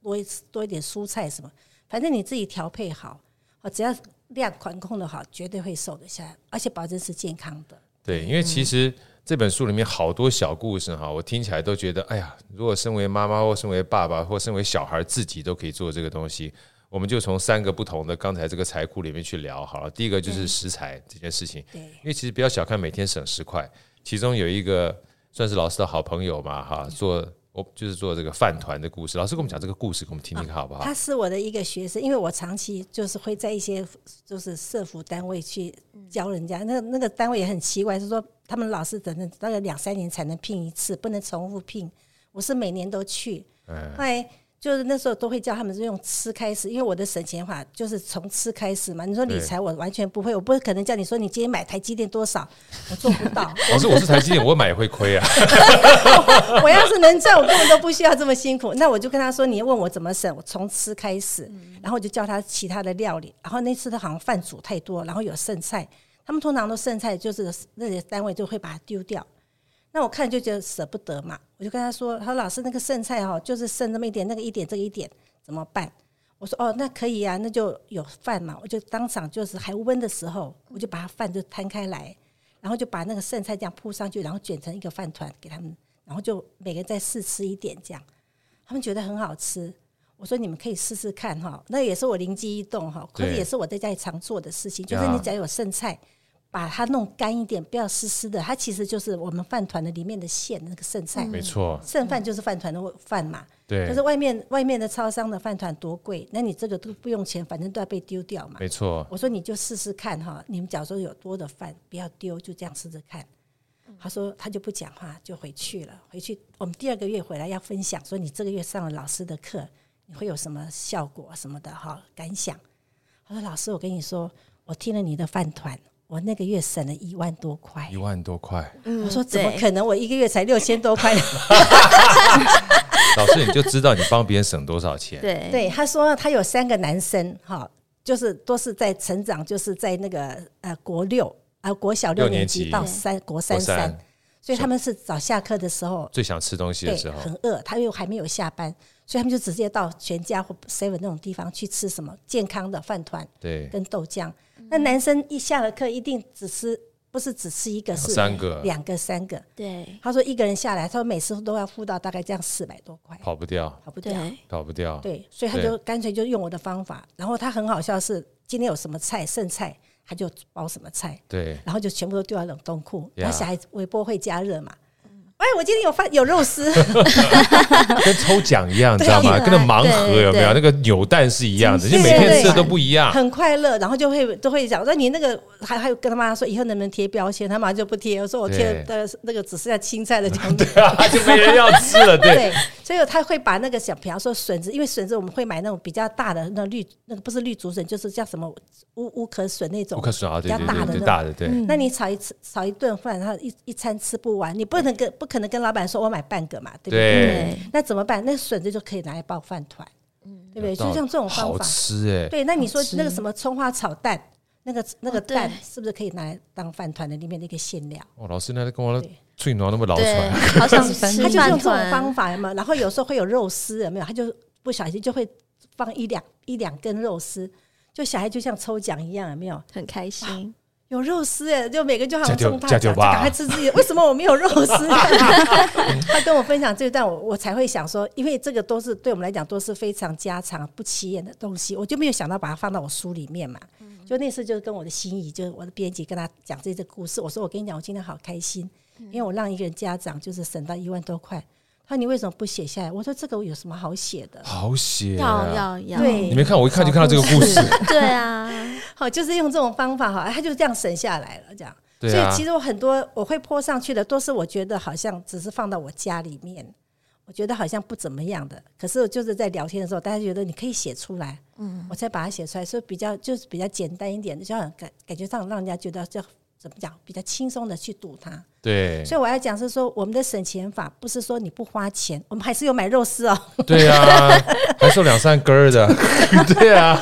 S4: 多一多一点蔬菜什么，反正你自己调配好，哦，只要量管控的好，绝对会瘦得下来，而且保证是健康的。
S2: 对，因为其实这本书里面好多小故事哈，我听起来都觉得，哎呀，如果身为妈妈或身为爸爸或身为小孩自己都可以做这个东西，我们就从三个不同的刚才这个财库里面去聊好了。第一个就是食
S4: 嗯
S2: 材这件事情，
S4: 对
S2: 因为其实不要小看每天省十块，其中有一个算是老师的好朋友嘛
S4: 嗯
S2: 哈，做我就是做这个饭团的故事，老师给我们讲这个故事给我们听
S4: 啊
S2: 听看好不 好
S4: 他？是我的一个学生，因为我长期就是会在一些就是社服单位去教人家，那那个单位也很奇怪，是说他们老师等等大概两三年才能聘一次，不能重复聘。我是每年都去，
S2: 哎
S4: 后来就是那时候都会教他们是用吃开始，因为我的省钱法就是从吃开始嘛。你说理财我完全不会，我不可能叫你说你今天买台积电多少，我做不到。
S2: 老师，我是台积电，我买也会亏啊。
S4: 我要是能赚，我根本都不需要这么辛苦。那我就跟他说，你问我怎么省，我从吃开始，然后我就教他其他的料理。然后那次他好像饭煮太多，然后有剩菜，他们通常都剩菜，就是那些单位就会把它丢掉。那我看就觉得舍不得嘛，我就跟他说：“他说老师，那个剩菜哈、就是剩那么一点，那个一点，这个一点怎么办？”我说：“哦，那可以啊，那就有饭嘛。”我就当场就是还温的时候，我就把它饭就摊开来，然然后就把那个剩菜这样铺上去，然后卷成一个饭团给他们，然后就每个人再试吃一点这样，他们觉得很好吃。我说你们可以试试看哈，那也是我灵机一动哈，可
S2: 对
S4: 是也是我在家里常做的事情，就是
S2: 呀
S4: 你只要有剩菜，把它弄干一点，不要湿湿的，它其实就是我们饭团的里面的馅那个剩菜，
S2: 没错，
S4: 剩饭就是饭团的饭嘛。
S2: 嗯对
S4: 可是，外面外面的超商的饭团多贵，那你这个都不用钱，反正都要被丢掉嘛。
S2: 没错，
S4: 我说你就试试看哈，你们假如说有多的饭，不要丢，就这样试试看。他说他就不讲话，就回去了。回去我们第二个月回来要分享，说你这个月上了老师的课，你会有什么效果什么的哈感想。他说老师，我跟你说，我听了你的饭团，我那个月省了一万多块
S2: 一。万多块，
S4: 我说怎么
S3: 对
S4: 可能？我一个月才六千多块。
S2: 老师你就知道你帮别人省多少钱。
S3: 对
S4: 对，他说他有三个男生，哈，就是都是在成长，就是在那个呃国六啊、国小六
S2: 六年
S4: 年级
S2: 级
S4: 到
S2: 对
S4: 三国
S2: 国
S4: 三三，所以他们是早下课的时候，
S2: 最想吃东西
S4: 对
S2: 的时，候，
S4: 很饿，他又还没有下班，所以他们就直接到全家或 seven 那种地方去吃什么健康的饭团
S2: 对，
S4: 跟豆浆。那男生一下了课一定只吃，不是只吃一个，是
S2: 三个
S4: 两个、三个。
S3: 对
S4: 他说一个人下来，他说每次都要付到大概这样四百多块，
S2: 跑不掉，
S4: 跑不掉。
S3: 对
S2: 跑不掉。
S4: 对，所以他
S2: 对
S4: 就干脆就用我的方法。然后他很好笑是，今天有什么菜剩菜，他就包什么菜，
S2: 对，
S4: 然后就全部都丢到冷冻库。
S2: 呀
S4: 然后小孩微波会加热嘛。哎，我今天有饭有肉丝，
S2: 跟抽奖一样，你
S4: 对
S2: 知道吗？
S3: 对
S2: 跟那盲盒
S3: 对
S2: 有没有？
S3: 对
S2: 那个扭蛋是一样的，就
S4: 对
S2: 每天
S4: 对
S2: 吃的都不一样。
S4: 很快乐，然后就会都会讲，那你那个还还有跟他妈说以后能不能贴标签，他妈就不贴，我说我贴的那个只剩下 青菜的就没有
S2: 啊就没人要吃了，对，
S4: 对，所以他会把那个小，比方说笋子，因为笋子我们会买那种比较大的，那绿那个不是绿竹笋，就是叫什么乌乌壳笋那种，
S2: 不可损啊，
S4: 比
S2: 对
S4: 较
S2: 对
S4: 大
S2: 对对，
S4: 的那种嗯
S2: 大的对，
S4: 那你炒一次炒一顿饭，然后一一餐吃不完，你不能跟不可能跟老板说我买半个嘛，对不对？
S2: 对
S3: 对，
S4: 那怎么办？那笋子就可以拿来包饭团，
S3: 嗯
S4: 对不对？就
S2: 有道理
S4: 像这种方
S2: 好
S4: 法，
S2: 吃哎，
S4: 对。那你说
S1: 好吃
S4: 那个什么葱花炒蛋，那个那个
S3: 哦对
S4: 蛋是不是可以拿来当饭团的里面的一个馅料？
S2: 哦，老师那跟我
S4: 对
S2: 最暖那么老
S3: 对
S2: 传，，
S3: 好想
S4: 他
S3: 吃
S4: 就是用这
S3: 饭
S4: 种方
S3: 团，
S4: 法有没有？然后有时候会有肉丝有没有？他就不小心就会放一两一两根肉丝，就小孩就像抽奖一样有没有？
S3: 很开心。
S4: 有肉丝哎，就每个就好像
S2: 加油
S4: 中大
S2: 加
S4: 奖，
S2: 油
S4: 就
S2: 吧
S4: 赶快吃自己的。为什么我没有肉 丝？他跟我分享这段，我我才会想说，因为这个都是对我们来讲都是非常家常不起眼的东西，我就没有想到把它放到我书里面嘛。就那次就是跟我的心仪，就是我的编辑跟他讲这个故事，我说我跟你讲，我今天好开心，因为我让一个人家长就是省到一万多块。他说你为什么不写下来？我说这个有什么好写的？
S2: 好写
S3: 要
S2: 啊。
S3: 要要，
S4: 对
S2: 你没看，我一看就看到这个故事，
S3: 对啊，
S4: 好，就是用这种方法哈，他就这样省下来了，这样。
S2: 对
S4: 所
S2: 啊
S4: 以其实我很多我会泼上去的，都是我觉得好像只是放到我家里面，我觉得好像不怎么样的。可是我就是在聊天的时候，大家觉得你可以写出来，嗯，我才把它写出来，所以比较就是比较简单一点，就好像感感觉上让人家觉得就怎么讲，比较轻松的去读它。
S2: 对
S4: 所以我要讲是说，我们的省钱法不是说你不花钱，我们还是有买肉丝哦，
S2: 对啊， 还送两三根儿的， 对啊，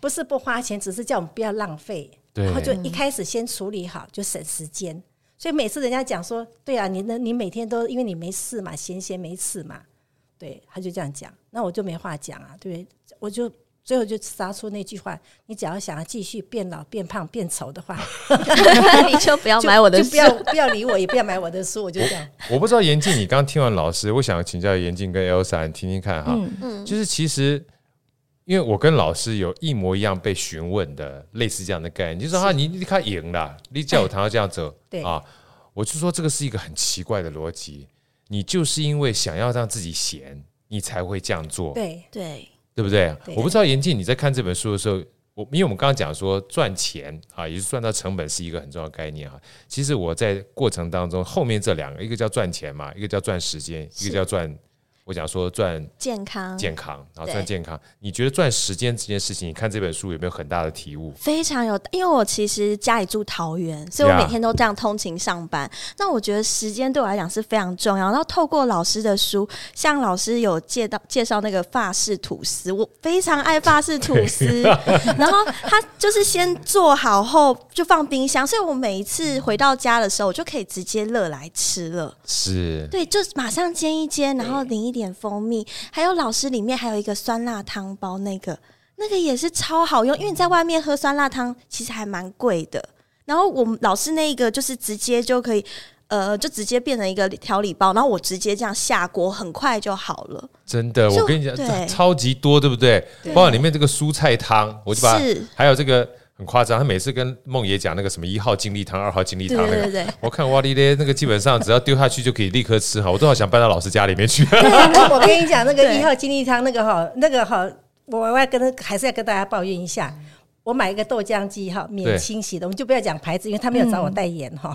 S4: 不是不花钱，只是叫我们不要浪费，
S2: 对
S4: 然后就一开始先处理好，就省时间。所以每次人家讲说，对啊，你那你每天都因为你没事嘛，闲闲没事嘛，对，他就这样讲，那我就没话讲啊，对不对？我就最后就杀出那句话：你只要想要继续变老、变胖、变丑的话，
S3: 你就 不要
S4: 就
S3: 买我的
S4: 就
S3: 书
S4: 不，要 不要理我，也不要买我的书，我就这样。
S2: 我不知道严静，你刚听完老师，我想请教严静跟 Elsa 你听听看哈。
S1: 嗯
S3: 嗯
S2: 就是其实，因为我跟老师有一模一样被询问的类似这样的概念，就是啊，你你看赢了，你叫我谈到这样走，
S4: 对
S2: 啊，我就说这个是一个很奇怪的逻辑，你就是因为想要让自己闲，你才会这样
S3: 哦
S2: 做，
S4: 对
S3: 对
S2: 对不对？
S4: 对
S2: 我不知道严静你在看这本书的时候，我因为我们刚刚讲说赚钱啊，也就是赚到成本是一个很重要的概念啊。其实我在过程当中，后面这两个，一个叫赚钱嘛，一个叫赚时间，一
S3: 是
S2: 个叫赚，我讲说赚
S3: 健康
S2: 健康，然后
S3: 嗯对
S2: 赚健康。你觉得赚时间这件事情，你看这本书有没有很大的体悟？
S3: 非常有，因为我其实家里住桃园，所以我
S2: Yeah
S3: 每天都这样通勤上班。那我觉得时间对我来讲是非常重要。然后透过老师的书，像老师有介到介绍那个法式吐司，我非常爱法式吐司。然后他就是先做好后就放冰箱，所以我每一次回到家的时候，我就可以直接热来吃了。
S2: 是
S3: 对，就马上煎一煎，然后淋一点蜂蜜，还有老师里面还有一个酸辣汤包，那个那个也是超好用，因为你在外面喝酸辣汤其实还蛮贵的，然然后我们老师那一个就是直接就可以，呃，就直接变成一个调理包，然后我直接这样下锅，很快就好了。
S2: 真的，
S3: 就
S2: 我跟你讲，
S3: 对
S2: 这超级多，对不对？包括里面这个蔬菜汤，我就把
S3: 是
S2: 还有这个很夸张，他每次跟梦爷讲那个什么一号精力汤、二号精力汤
S3: 对
S2: 那
S3: 对
S2: 个，
S3: 对对，
S2: 我看哇哩咧那个基本上只要丢下去就可以立刻吃哈，我都好想搬到老师家里面 去。
S4: 我我跟你讲，那个
S3: 对
S4: 一号精力汤那个哈，那个哈，我要跟还是要跟大家抱怨一下。
S3: 嗯
S4: 我买一个豆浆机哈，免
S2: 对
S4: 清洗的，我们就不要讲牌子，因为他没有找我代言哈。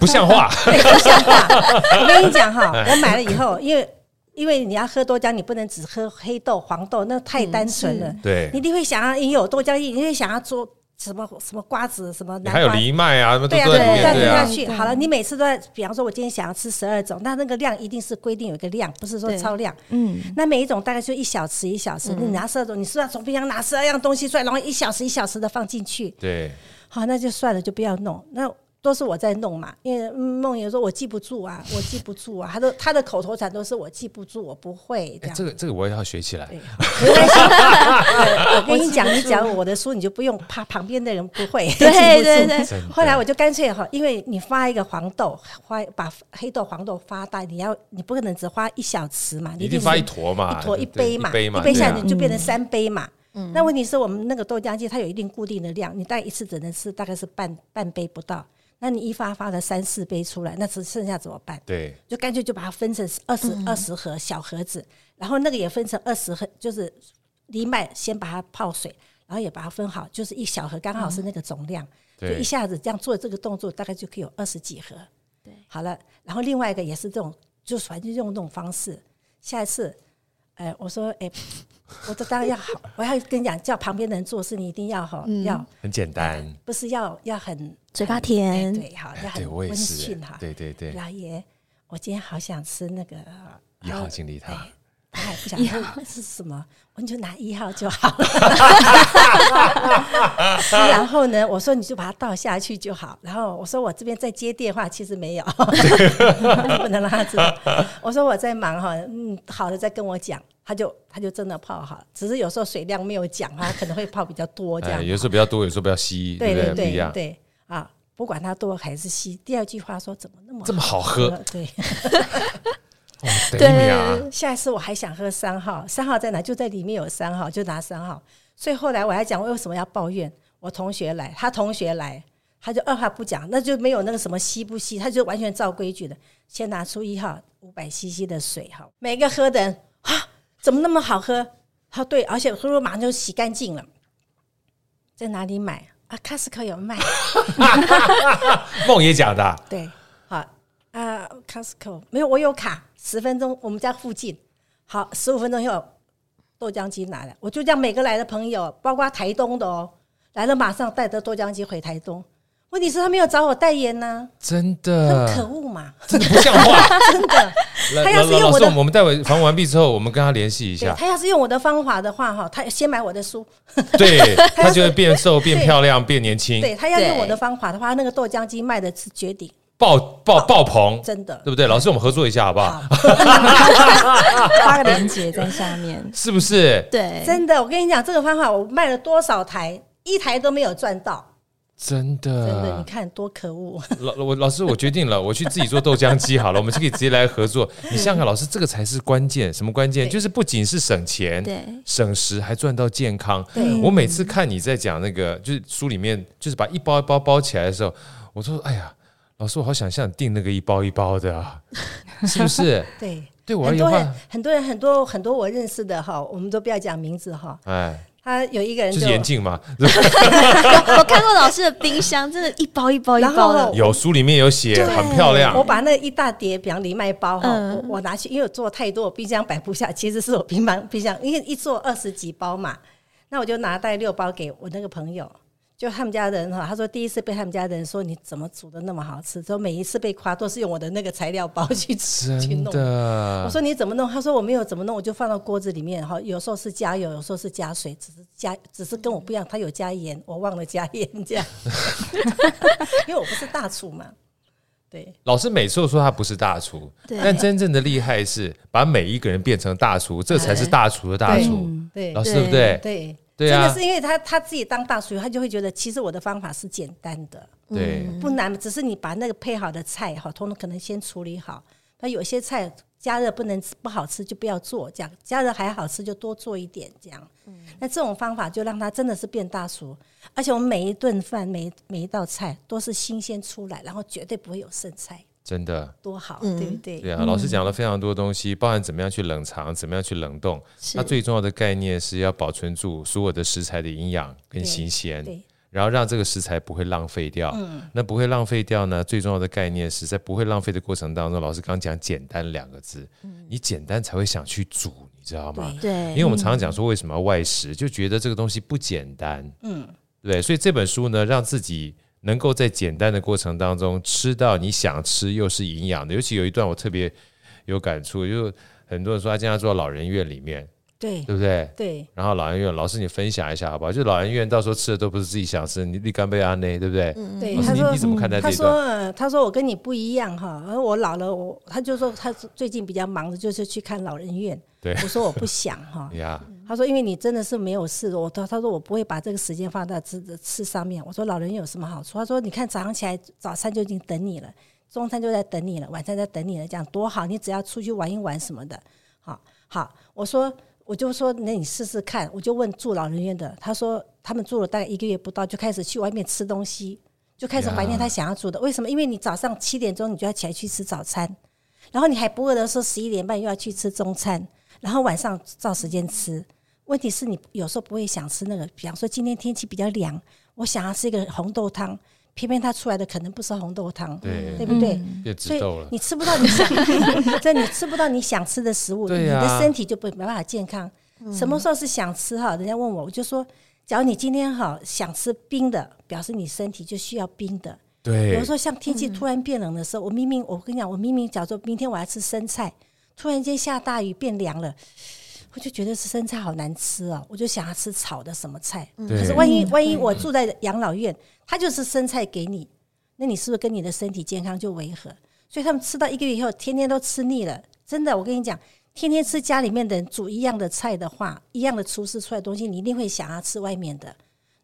S2: 不像 话，
S4: 我跟你讲哈，
S2: 哎
S4: 我买了以后，因为因为你要喝豆浆，你不能只喝黑豆、黄豆，那太单纯了。
S2: 对
S4: 你，一定会想要，也有豆浆，你一定会想要做什么什么瓜子、什么南
S2: 还有
S4: 瓜
S2: 藜麦啊，什么都
S4: 对
S2: 都
S4: 呀、
S2: 在里面，
S4: 再
S2: 对
S4: 吃
S2: 啊
S4: 下，去。
S1: 对
S4: 好了，你每次都在，比方说，我今天想要吃十二种，那那个量一定是规定有一个量，不是说
S3: 对
S4: 超量。
S1: 嗯，
S4: 那每一种大概就一小匙一小
S2: 嗯
S4: 匙，你拿十二种，你是不是要从冰箱拿十二样东西出来，然后一小匙一小匙的放进去？
S2: 对，
S4: 好，那就算了，就不要弄。那都是我在弄嘛，因为嗯梦妍说我记不住啊，我记不住啊，他都他的口头禅都是我记不住，我不会这
S2: 哎
S4: 样
S2: 这。个这个我也要学起来。
S4: 没关系对我跟你讲，你讲我的书，你就不用怕旁边的人不会。
S3: 对
S4: 记不住
S3: 对对
S2: 真的
S4: 后来我就干脆哈，因为你发一个黄豆，发把黑豆、黄豆发大，你要你不可能只花一小匙嘛，你
S2: 一定
S4: 是
S2: 发一坨嘛，
S4: 一坨一杯嘛，
S2: 一杯嘛，
S4: 下
S2: 对啊
S4: 你就变成三杯嘛。那问题是我们那个豆浆机它有一定固定的量，你大概一次只能吃大概是半半杯不到。那你一发发了三四杯出来，那只剩下怎么办？
S2: 对，
S4: 就干脆就把它分成二十二十盒小盒子，然后那个也分成二十盒，就是藜麦先把它泡水，然后也把它分好，就是一小盒刚好是那个总量，
S2: 对
S4: 就一下子这样做这个动作，大概就可以有二十几盒。
S1: 对，
S4: 好了，然后另外一个也是这种，就反正用那种方式，下一次。哎，我说，哎，我都当然要好， 我要跟你讲，叫旁边的人做事，你一定要好，要
S2: 很简单。
S4: 不是要要很
S3: 嘴巴
S4: 很
S3: 甜
S4: 哎对，好，要
S2: 嗯对
S4: 很
S2: 我也
S4: 温
S2: 是
S4: 驯哈，，
S2: 对对对，
S4: 老爷，我今天好想吃那个
S2: 一号精力汤，
S4: 哎他还不想说是什么，我就拿一号就好了。 然后呢，我说你就把它倒下去就好。然后我说我这边在接电话，其实没有， 不能让他知道。我说我在忙哈，嗯，好了再跟我讲。他就他就真的泡好了，只是有时候水量没有讲，他可能会泡比较多这样
S2: 哎，。有时候比较多，有时候比较稀，
S4: 对
S2: 不
S4: 对
S2: 对？不一
S4: 对
S2: 样，
S4: 对啊，不管它多还是稀。第二句话说怎么那么
S2: 这么好喝，
S4: 对。
S2: 哦等一秒啊，
S4: 下一次我还想喝三号，三号在哪？就在里面有三号，就拿三号。所以后来我还讲，我为什么要抱怨？我同学来，他同学来，他就二话不讲，那就没有那个什么吸不吸，他就完全照规矩的，先拿出一号五百 CC 的水哈，每个喝的人啊，怎么那么好喝？他说对，而且喝了马上就洗干净了，在哪里买啊？Costco 有卖，
S2: 梦也讲的啊，
S4: 对，好啊、c o s t c o 没有，我有卡，十分钟，我们家附近。好，十五分钟以后，豆浆机拿来，我就这样每个来的朋友，包括台东的哦，来了马上带着豆浆机回台东。问题是他没有找我代言呢、
S2: 真
S4: 很可
S2: 的，
S4: 恶嘛，
S2: 真的不像话。
S4: 真的。
S2: 老
S4: 他要
S2: 老
S4: 是用
S2: 老
S4: 我
S2: 师，
S4: 的
S2: 我们我们待会访问完毕之后，我们跟他联系一
S4: 对
S2: 下，
S4: 他要是用我的方法的话，哈，他先买我的书，
S2: 对他就会变瘦、变
S4: 对
S2: 漂亮、变年轻，
S4: 对他要用
S3: 对
S4: 我的方法的话，那个豆浆机卖的是绝顶，
S2: 爆爆爆棚，
S4: 真的
S2: 嗯对。不对？老师，我们合作一下好不好？。
S1: 发个链接在下面
S2: 是不是？
S3: 对，
S4: 真的，我跟你讲，这个方法我卖了多少台，一台都没有赚到，
S2: 真
S4: 真的，
S2: 的
S4: 你，看多可恶。
S2: 老我老师，我决定了，我去自己做豆浆机好了，我们就可以直接来合作。你想想看，老师，这个才是关键，什么关键？
S4: 对
S2: 就是不仅是省钱，
S3: 对，
S2: 省时还赚到健康。
S4: 对
S2: 我每次看你在讲那个，就是书里面，就是把一包一包包起来的时候，我说：“哎呀，老师，我好想像你订那个一包一包的、啊，是不是
S4: 对，？”
S2: 对我而
S4: 很
S2: 言
S4: 多
S2: 的
S4: 人
S2: 话，
S4: 很多人很多很多我认识的哈，我们都不要讲名字哈。
S2: 哎，
S4: 他有一个人
S2: 就
S4: 就是
S2: 眼镜嘛。
S3: 我看过老师的冰箱，真的，一包一包一包
S4: 然后
S3: 的，
S2: 有书里面有写，
S3: 对
S2: 很漂
S4: 哦我
S2: 亮。
S4: 把那一大叠，比方藜麦包哈，
S3: 嗯
S4: 我我拿去，因为我做太多，我冰箱摆不下。其实是我平常冰箱，因为一做二十几包嘛，那我就拿带六包给我那个朋友，就他们家人哈，他说第一次被他们家人说你怎么煮的那么好吃，之后每一次被夸都是用我的那个材料包去吃去
S2: 真
S4: 弄。我
S2: 的，
S4: 说你怎么弄？他说我没有怎么弄，我就放到锅子里面哈。有时候是加油，有时候是加水，只是加，只是跟我不一样，他有加盐，我忘了加盐这样。 因为我不是大厨嘛，对
S2: 老师每次都说他不是大厨，
S3: 对
S2: 但真正的厉害是把每一个人变成大厨，这才是大厨的大
S4: 对
S2: 厨。
S4: 对
S2: 老师对
S3: 对
S2: 不对？
S4: 对
S2: 对啊
S4: 真的是因为他他自己当大厨，他就会觉得其实我的方法是简单的，
S2: 对，
S4: 不难，只是你把那个配好的菜哈，通通可能先处理好。那有些菜加热不能吃不好吃就不要做，这样加热还好吃就多做一点这样。那这种方法就让它真的是变大熟，而且我们每一顿饭每一每一道菜都是新鲜出来，然后绝对不会有剩菜，
S2: 真的。
S4: 多好，
S3: 嗯
S4: 对不对？
S2: 对啊，老师讲了非常多东西，包含怎么样去冷藏，怎么样去冷冻。
S3: 是
S2: 它最重要的概念是要保存住所有的食材的营养跟
S4: 对
S2: 新鲜，
S4: 对
S2: 然后让这个食材不会浪费掉。那不会浪费掉呢？最重要的概念是在不会浪费的过程当中，老师刚讲“简单”两个字，你简单才会想去煮，你知道吗？因
S3: 对
S2: 为我们常常讲说为什么要外食，就觉得这个东西不简单，嗯，对，所以这本书呢，让自己能够在简单的过程当中吃到你想吃又是营养的，尤其有一段我特别有感触，就很多人说他经常住到老人院里面，
S4: 对
S2: 对不对？
S4: 对
S2: 然后老人院，老师你分享一下好不好？就老人院到时候吃的都不是自己想吃，你立干贝阿内，对不对？
S4: 对，
S2: 老师
S4: 嗯他
S2: 你
S4: 说
S2: 你怎么看待这
S4: 他
S2: 一段？
S4: 说，呃他说我跟你不一样哈，而我老了，我他就说他最近比较忙的，就是去看老人院。
S2: 对，
S4: 我说我嗯不想哈
S2: 呀，
S4: 他说因为你真的是没有事，我他他说我不会把这个时间放在吃吃上面。我说老人院有什么好处？他说你看早上起来早餐就已经等你了，中餐就在等你了，晚餐在等你了，这样多好！你只要出去玩一玩什么的，好好。我说我就说那你试试看，我就问住老人院的，他说他们住了大概一个月不到，就开始去外面吃东西，就开始怀念他想要住的。为什么？因为你早上七点钟你就要起来去吃早餐，然后你还不饿的时候十一点半又要去吃中餐，然后晚上照时间吃。问题是你有时候不会想吃那个，比方说今天天气比较凉，我想要吃一个红豆汤，偏偏它出来的可能不是红豆汤，
S2: 对
S4: 不对？
S2: 变
S4: 所
S2: 直
S4: 以
S2: 豆了，
S4: 你吃不到你想， 这你吃不到你想吃的食物，
S2: 对啊
S4: 你
S2: 呀
S4: 的身体就不没办法健康。什么时候是想吃哈？人家问我，我就说，假如你今天哈想吃冰的，表示你身体就需要冰的。比
S2: 对
S4: 如，说像天气突然变冷的时候，我明明我跟你讲，我明明假如说明天我要吃生菜，突然间下大雨变凉了。我就觉得是生菜好难吃哦，我就想要吃炒的什么菜。
S2: 对
S4: 可是万一万一我住在养老院，他就是生菜给你，那你是不是跟你的身体健康就违和？所以他们吃到一个月以后，天天都吃腻了。真的，我跟你讲，天天吃家里面的人煮一样的菜的话，一样的厨师出来的东西，你一定会想要吃外面的。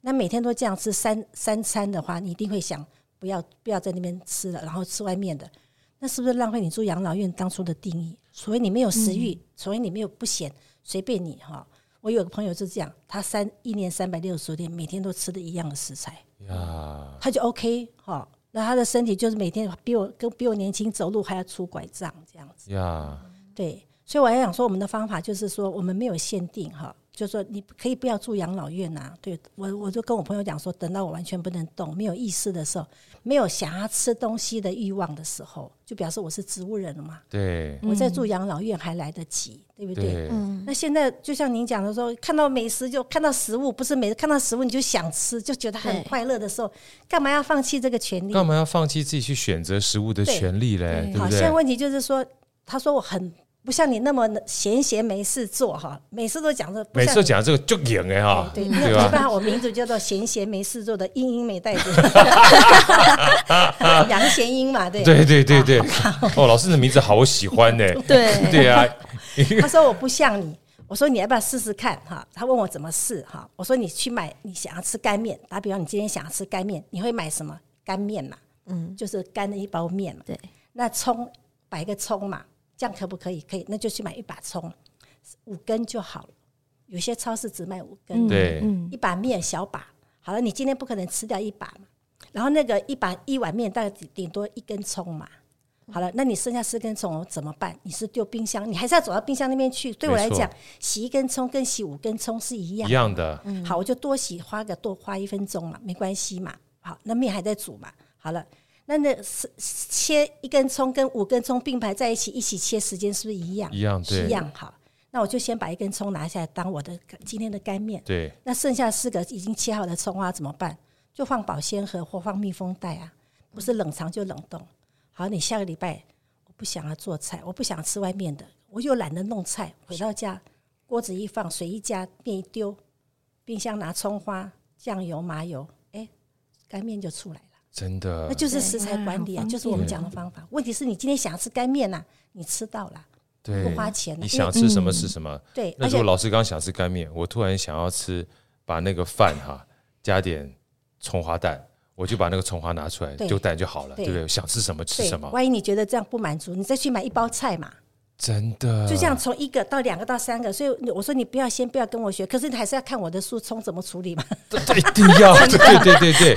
S4: 那每天都这样吃三三餐的话，你一定会想不要不要在那边吃了，然后吃外面的，那是不是浪费你住养老院当初的定义？所谓你没有食欲，所谓你没有不咸，随便你哈。我有个朋友就这样，他三一年三百六十天，每天都吃的一样的食材，
S2: 呀，
S4: 他就 OK 哈。那他的身体就是每天比我跟比我年轻，走路还要拄拐杖这样子。
S2: 呀，
S4: 对，所以我还想说，我们的方法就是说，我们没有限定哈，就是说你可以不要住养老院呐、对我，我就跟我朋友讲说，等到我完全不能动、没有意识的时候，没有想要吃东西的欲望的时候，就表示我是植物人了嘛。
S2: 对，
S4: 我在住养老院还来得及，对嗯不对？
S2: 对，
S3: 嗯
S4: 那现在就像您讲的说，看到美食就看到食物，不是美看到食物你就想吃，就觉得很
S3: 对
S4: 快乐的时候，干嘛要放弃这个权利？
S2: 干嘛要放弃自己去选择食物的
S4: 对
S2: 权利嘞？对
S4: 好，
S2: 不
S4: 现在
S2: 对？
S4: 问题就是说，他说我很不像你那么闲闲没事做哈，每次都讲着不
S2: 每
S4: 像
S2: 次都讲这个就赢哎哈，
S4: 对，
S2: 对
S4: 没有
S2: 吧
S4: 没办法，我名字叫做闲闲没事做的英英美代 子， 杨贤英嘛，对。
S2: 对对对对，哦，老师的名字好我喜欢呢。
S3: 对
S2: 对啊，
S4: 他说我不像你，我说你要不要试试看哈？他问我怎么试哈，我说你去买你想要吃干面，打比方你今天想要吃干面，你会买什么干面嘛？嗯，就是干的一包面嘛。
S3: 对，
S4: 那葱摆个葱嘛，这样可不可以？可以，那就去买一把葱，五根就好了。有些超市只卖五根，
S2: 对
S4: 一把面小把。好了，你今天不可能吃掉一把嘛，然后那个一把一碗面大概顶顶多一根葱嘛。好了，那你剩下四根葱怎么办？你是丢冰箱，你还是要走到冰箱那边去。对我来
S2: 没
S4: 讲
S2: 错，
S4: 洗一根葱跟洗五根葱是一样嗯
S2: 一。样的，
S4: 好，我就多洗花个多花一分钟嘛，没关系嘛。好，那面还在煮嘛，好了，那那是切一根葱跟五根葱并排在一起一起切，时间是不是一样？
S2: 一样
S4: 是
S2: 对
S4: 一样。好，那我就先把一根葱拿下来当我的今天的干面。
S2: 对
S4: 那剩下四个已经切好的葱花怎么办？就放保鲜盒或放密封袋啊，不是冷藏就冷冻。好，你下个礼拜我不想要做菜，我不想吃外面的，我又懒得弄菜，回到家锅子一放，水一加，面一丢，冰箱拿葱花、酱油、麻油，哎，干面就出来了。
S2: 真的
S4: 那，就是食材管理啊，
S1: 对
S4: 就是我们讲的方法。问题是你今天想要吃干面呐、啊你吃到了，
S2: 对
S4: 不花钱啊
S2: 你
S4: 因为
S2: 想吃什么吃什么。
S4: 对，
S2: 那
S4: 而
S2: 如果
S4: 且
S2: 老师刚想吃干面，我突然想要吃，把那个饭哈加点葱花蛋，我就把那个葱花拿出来
S4: 对
S2: 就蛋就好了，对
S4: 对
S2: 不对？想吃什么吃
S4: 对
S2: 什，么，
S4: 万一你觉得这样不满足，你再去买一包菜嘛。
S2: 真的
S4: 就这样从一个到两个到三个，所以我说你不要先不要跟我学，可是你还是要看我的书葱怎么处理嘛。
S2: 对，对一定要，对对对对，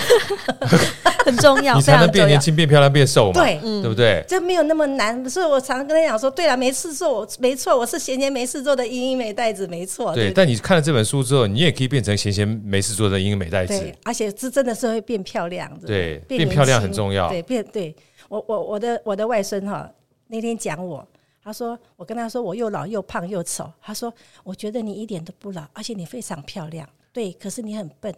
S1: 很重要，
S2: 你
S1: 非
S2: 才能
S1: 常
S2: 变
S1: 重要
S2: 年。轻、变漂亮、变瘦嘛，
S4: 对嗯
S2: 对不对？
S4: 这没有那么难，所以我常跟他讲说，对了，没事做，我没错，我是闲年没事做的英英美袋子，没错，
S2: 对，
S4: 不对
S2: 但你看了这本书之后，你也可以变成闲闲没事做的英美代子
S4: 对，，而且是真的是会变漂亮的，
S2: 对变
S4: 年
S2: 漂亮
S4: 轻
S2: 很重要
S4: 对，变对我我我的我的外甥哈，那天讲我。他说：“我跟他说，我又老又胖又丑。”他说：“我觉得你一点都不老，而且你非常漂亮。对，可是你很笨。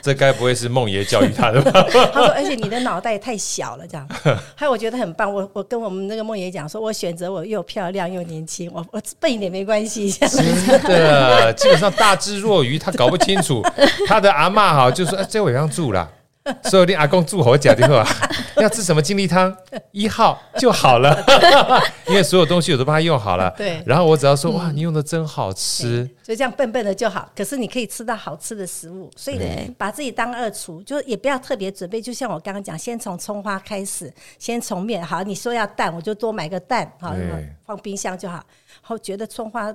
S2: 这该不会是梦爷教育他的吧？
S4: 他说：“而且你的脑袋太小了，这样。” 还有我觉得很棒，我我跟我们那个梦爷讲说，我选择我又漂亮又年轻，我我笨一点没关系。这样
S2: 真的，基本上大智若愚，他搞不清楚他的阿嬷哈，就说：“哎，这我让住啦，所以你阿公住好假的话，要吃什么精力汤一号就好了，因为所有东西我都帮他用好了。
S4: 对
S2: 然后我只要说：哇，你用的真好吃。
S4: 就这样笨笨的就好。可是你可以吃到好吃的食物，所以
S1: 对
S4: 把自己当二厨，就也不要特别准备。就像我刚刚讲，先从葱花开始，先从面。好，你说要蛋，我就多买个蛋，好，
S2: 对
S4: 那么放冰箱就好。然后觉得葱花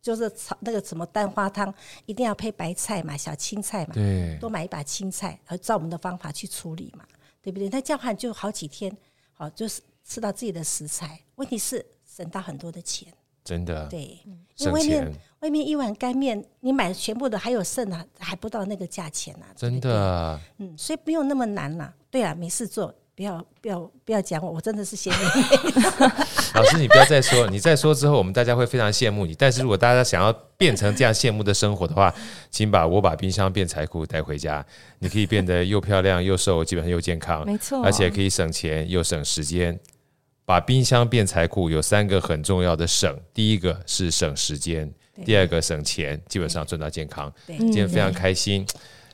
S4: 就是炒那个什么蛋花汤，一定要配白菜嘛，小青菜嘛，
S2: 对，
S4: 多买一把青菜，然后照我们的方法去处理嘛，对不对？那这样的话就好几天，好就是吃到自己的食材。问题是省到很多的钱，
S2: 真的
S4: 对，因为
S2: 嗯省
S4: 外面
S2: 钱，
S4: 外面一碗干面，你买全部的还有剩啊，还不到那个价钱啊，
S2: 真的。
S4: 嗯，所以不用那么难啦、对啊，没事做，不要不要不要讲我，我真的是嫌你
S2: 老师，你不要再说，你再说之后，我们大家会非常羡慕你。但是如果大家想要变成这样羡慕的生活的 话，请把我把冰箱变财库带回家，你可以变得又漂亮又瘦，基本上又健康，
S1: 没错
S2: 而且可以省钱又省时间。把冰箱变财库有三个很重要的省，第一个是省时间，第二个省钱，基本上赚到健康。
S4: 对
S2: 今天非常开心。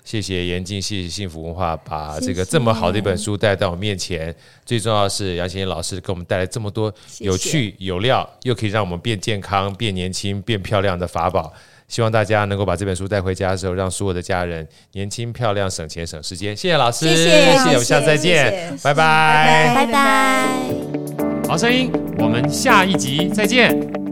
S2: 谢谢严静，谢谢幸福文化把这个这么好的一本书带到我面前。最重要的是杨贤贤老师给我们带来这么多
S4: 谢谢
S2: 有趣、有料，又可以让我们变健康、变年轻、变漂亮的法宝。希望大家能够把这本书带回家的时候，让所有的家人年轻漂亮、省钱省时间。谢谢老师，
S4: 谢谢
S2: 我们下次再见，
S4: 谢谢
S2: 拜拜
S4: 拜
S1: 拜拜。
S2: 好声音，我们下一集再见，拜拜。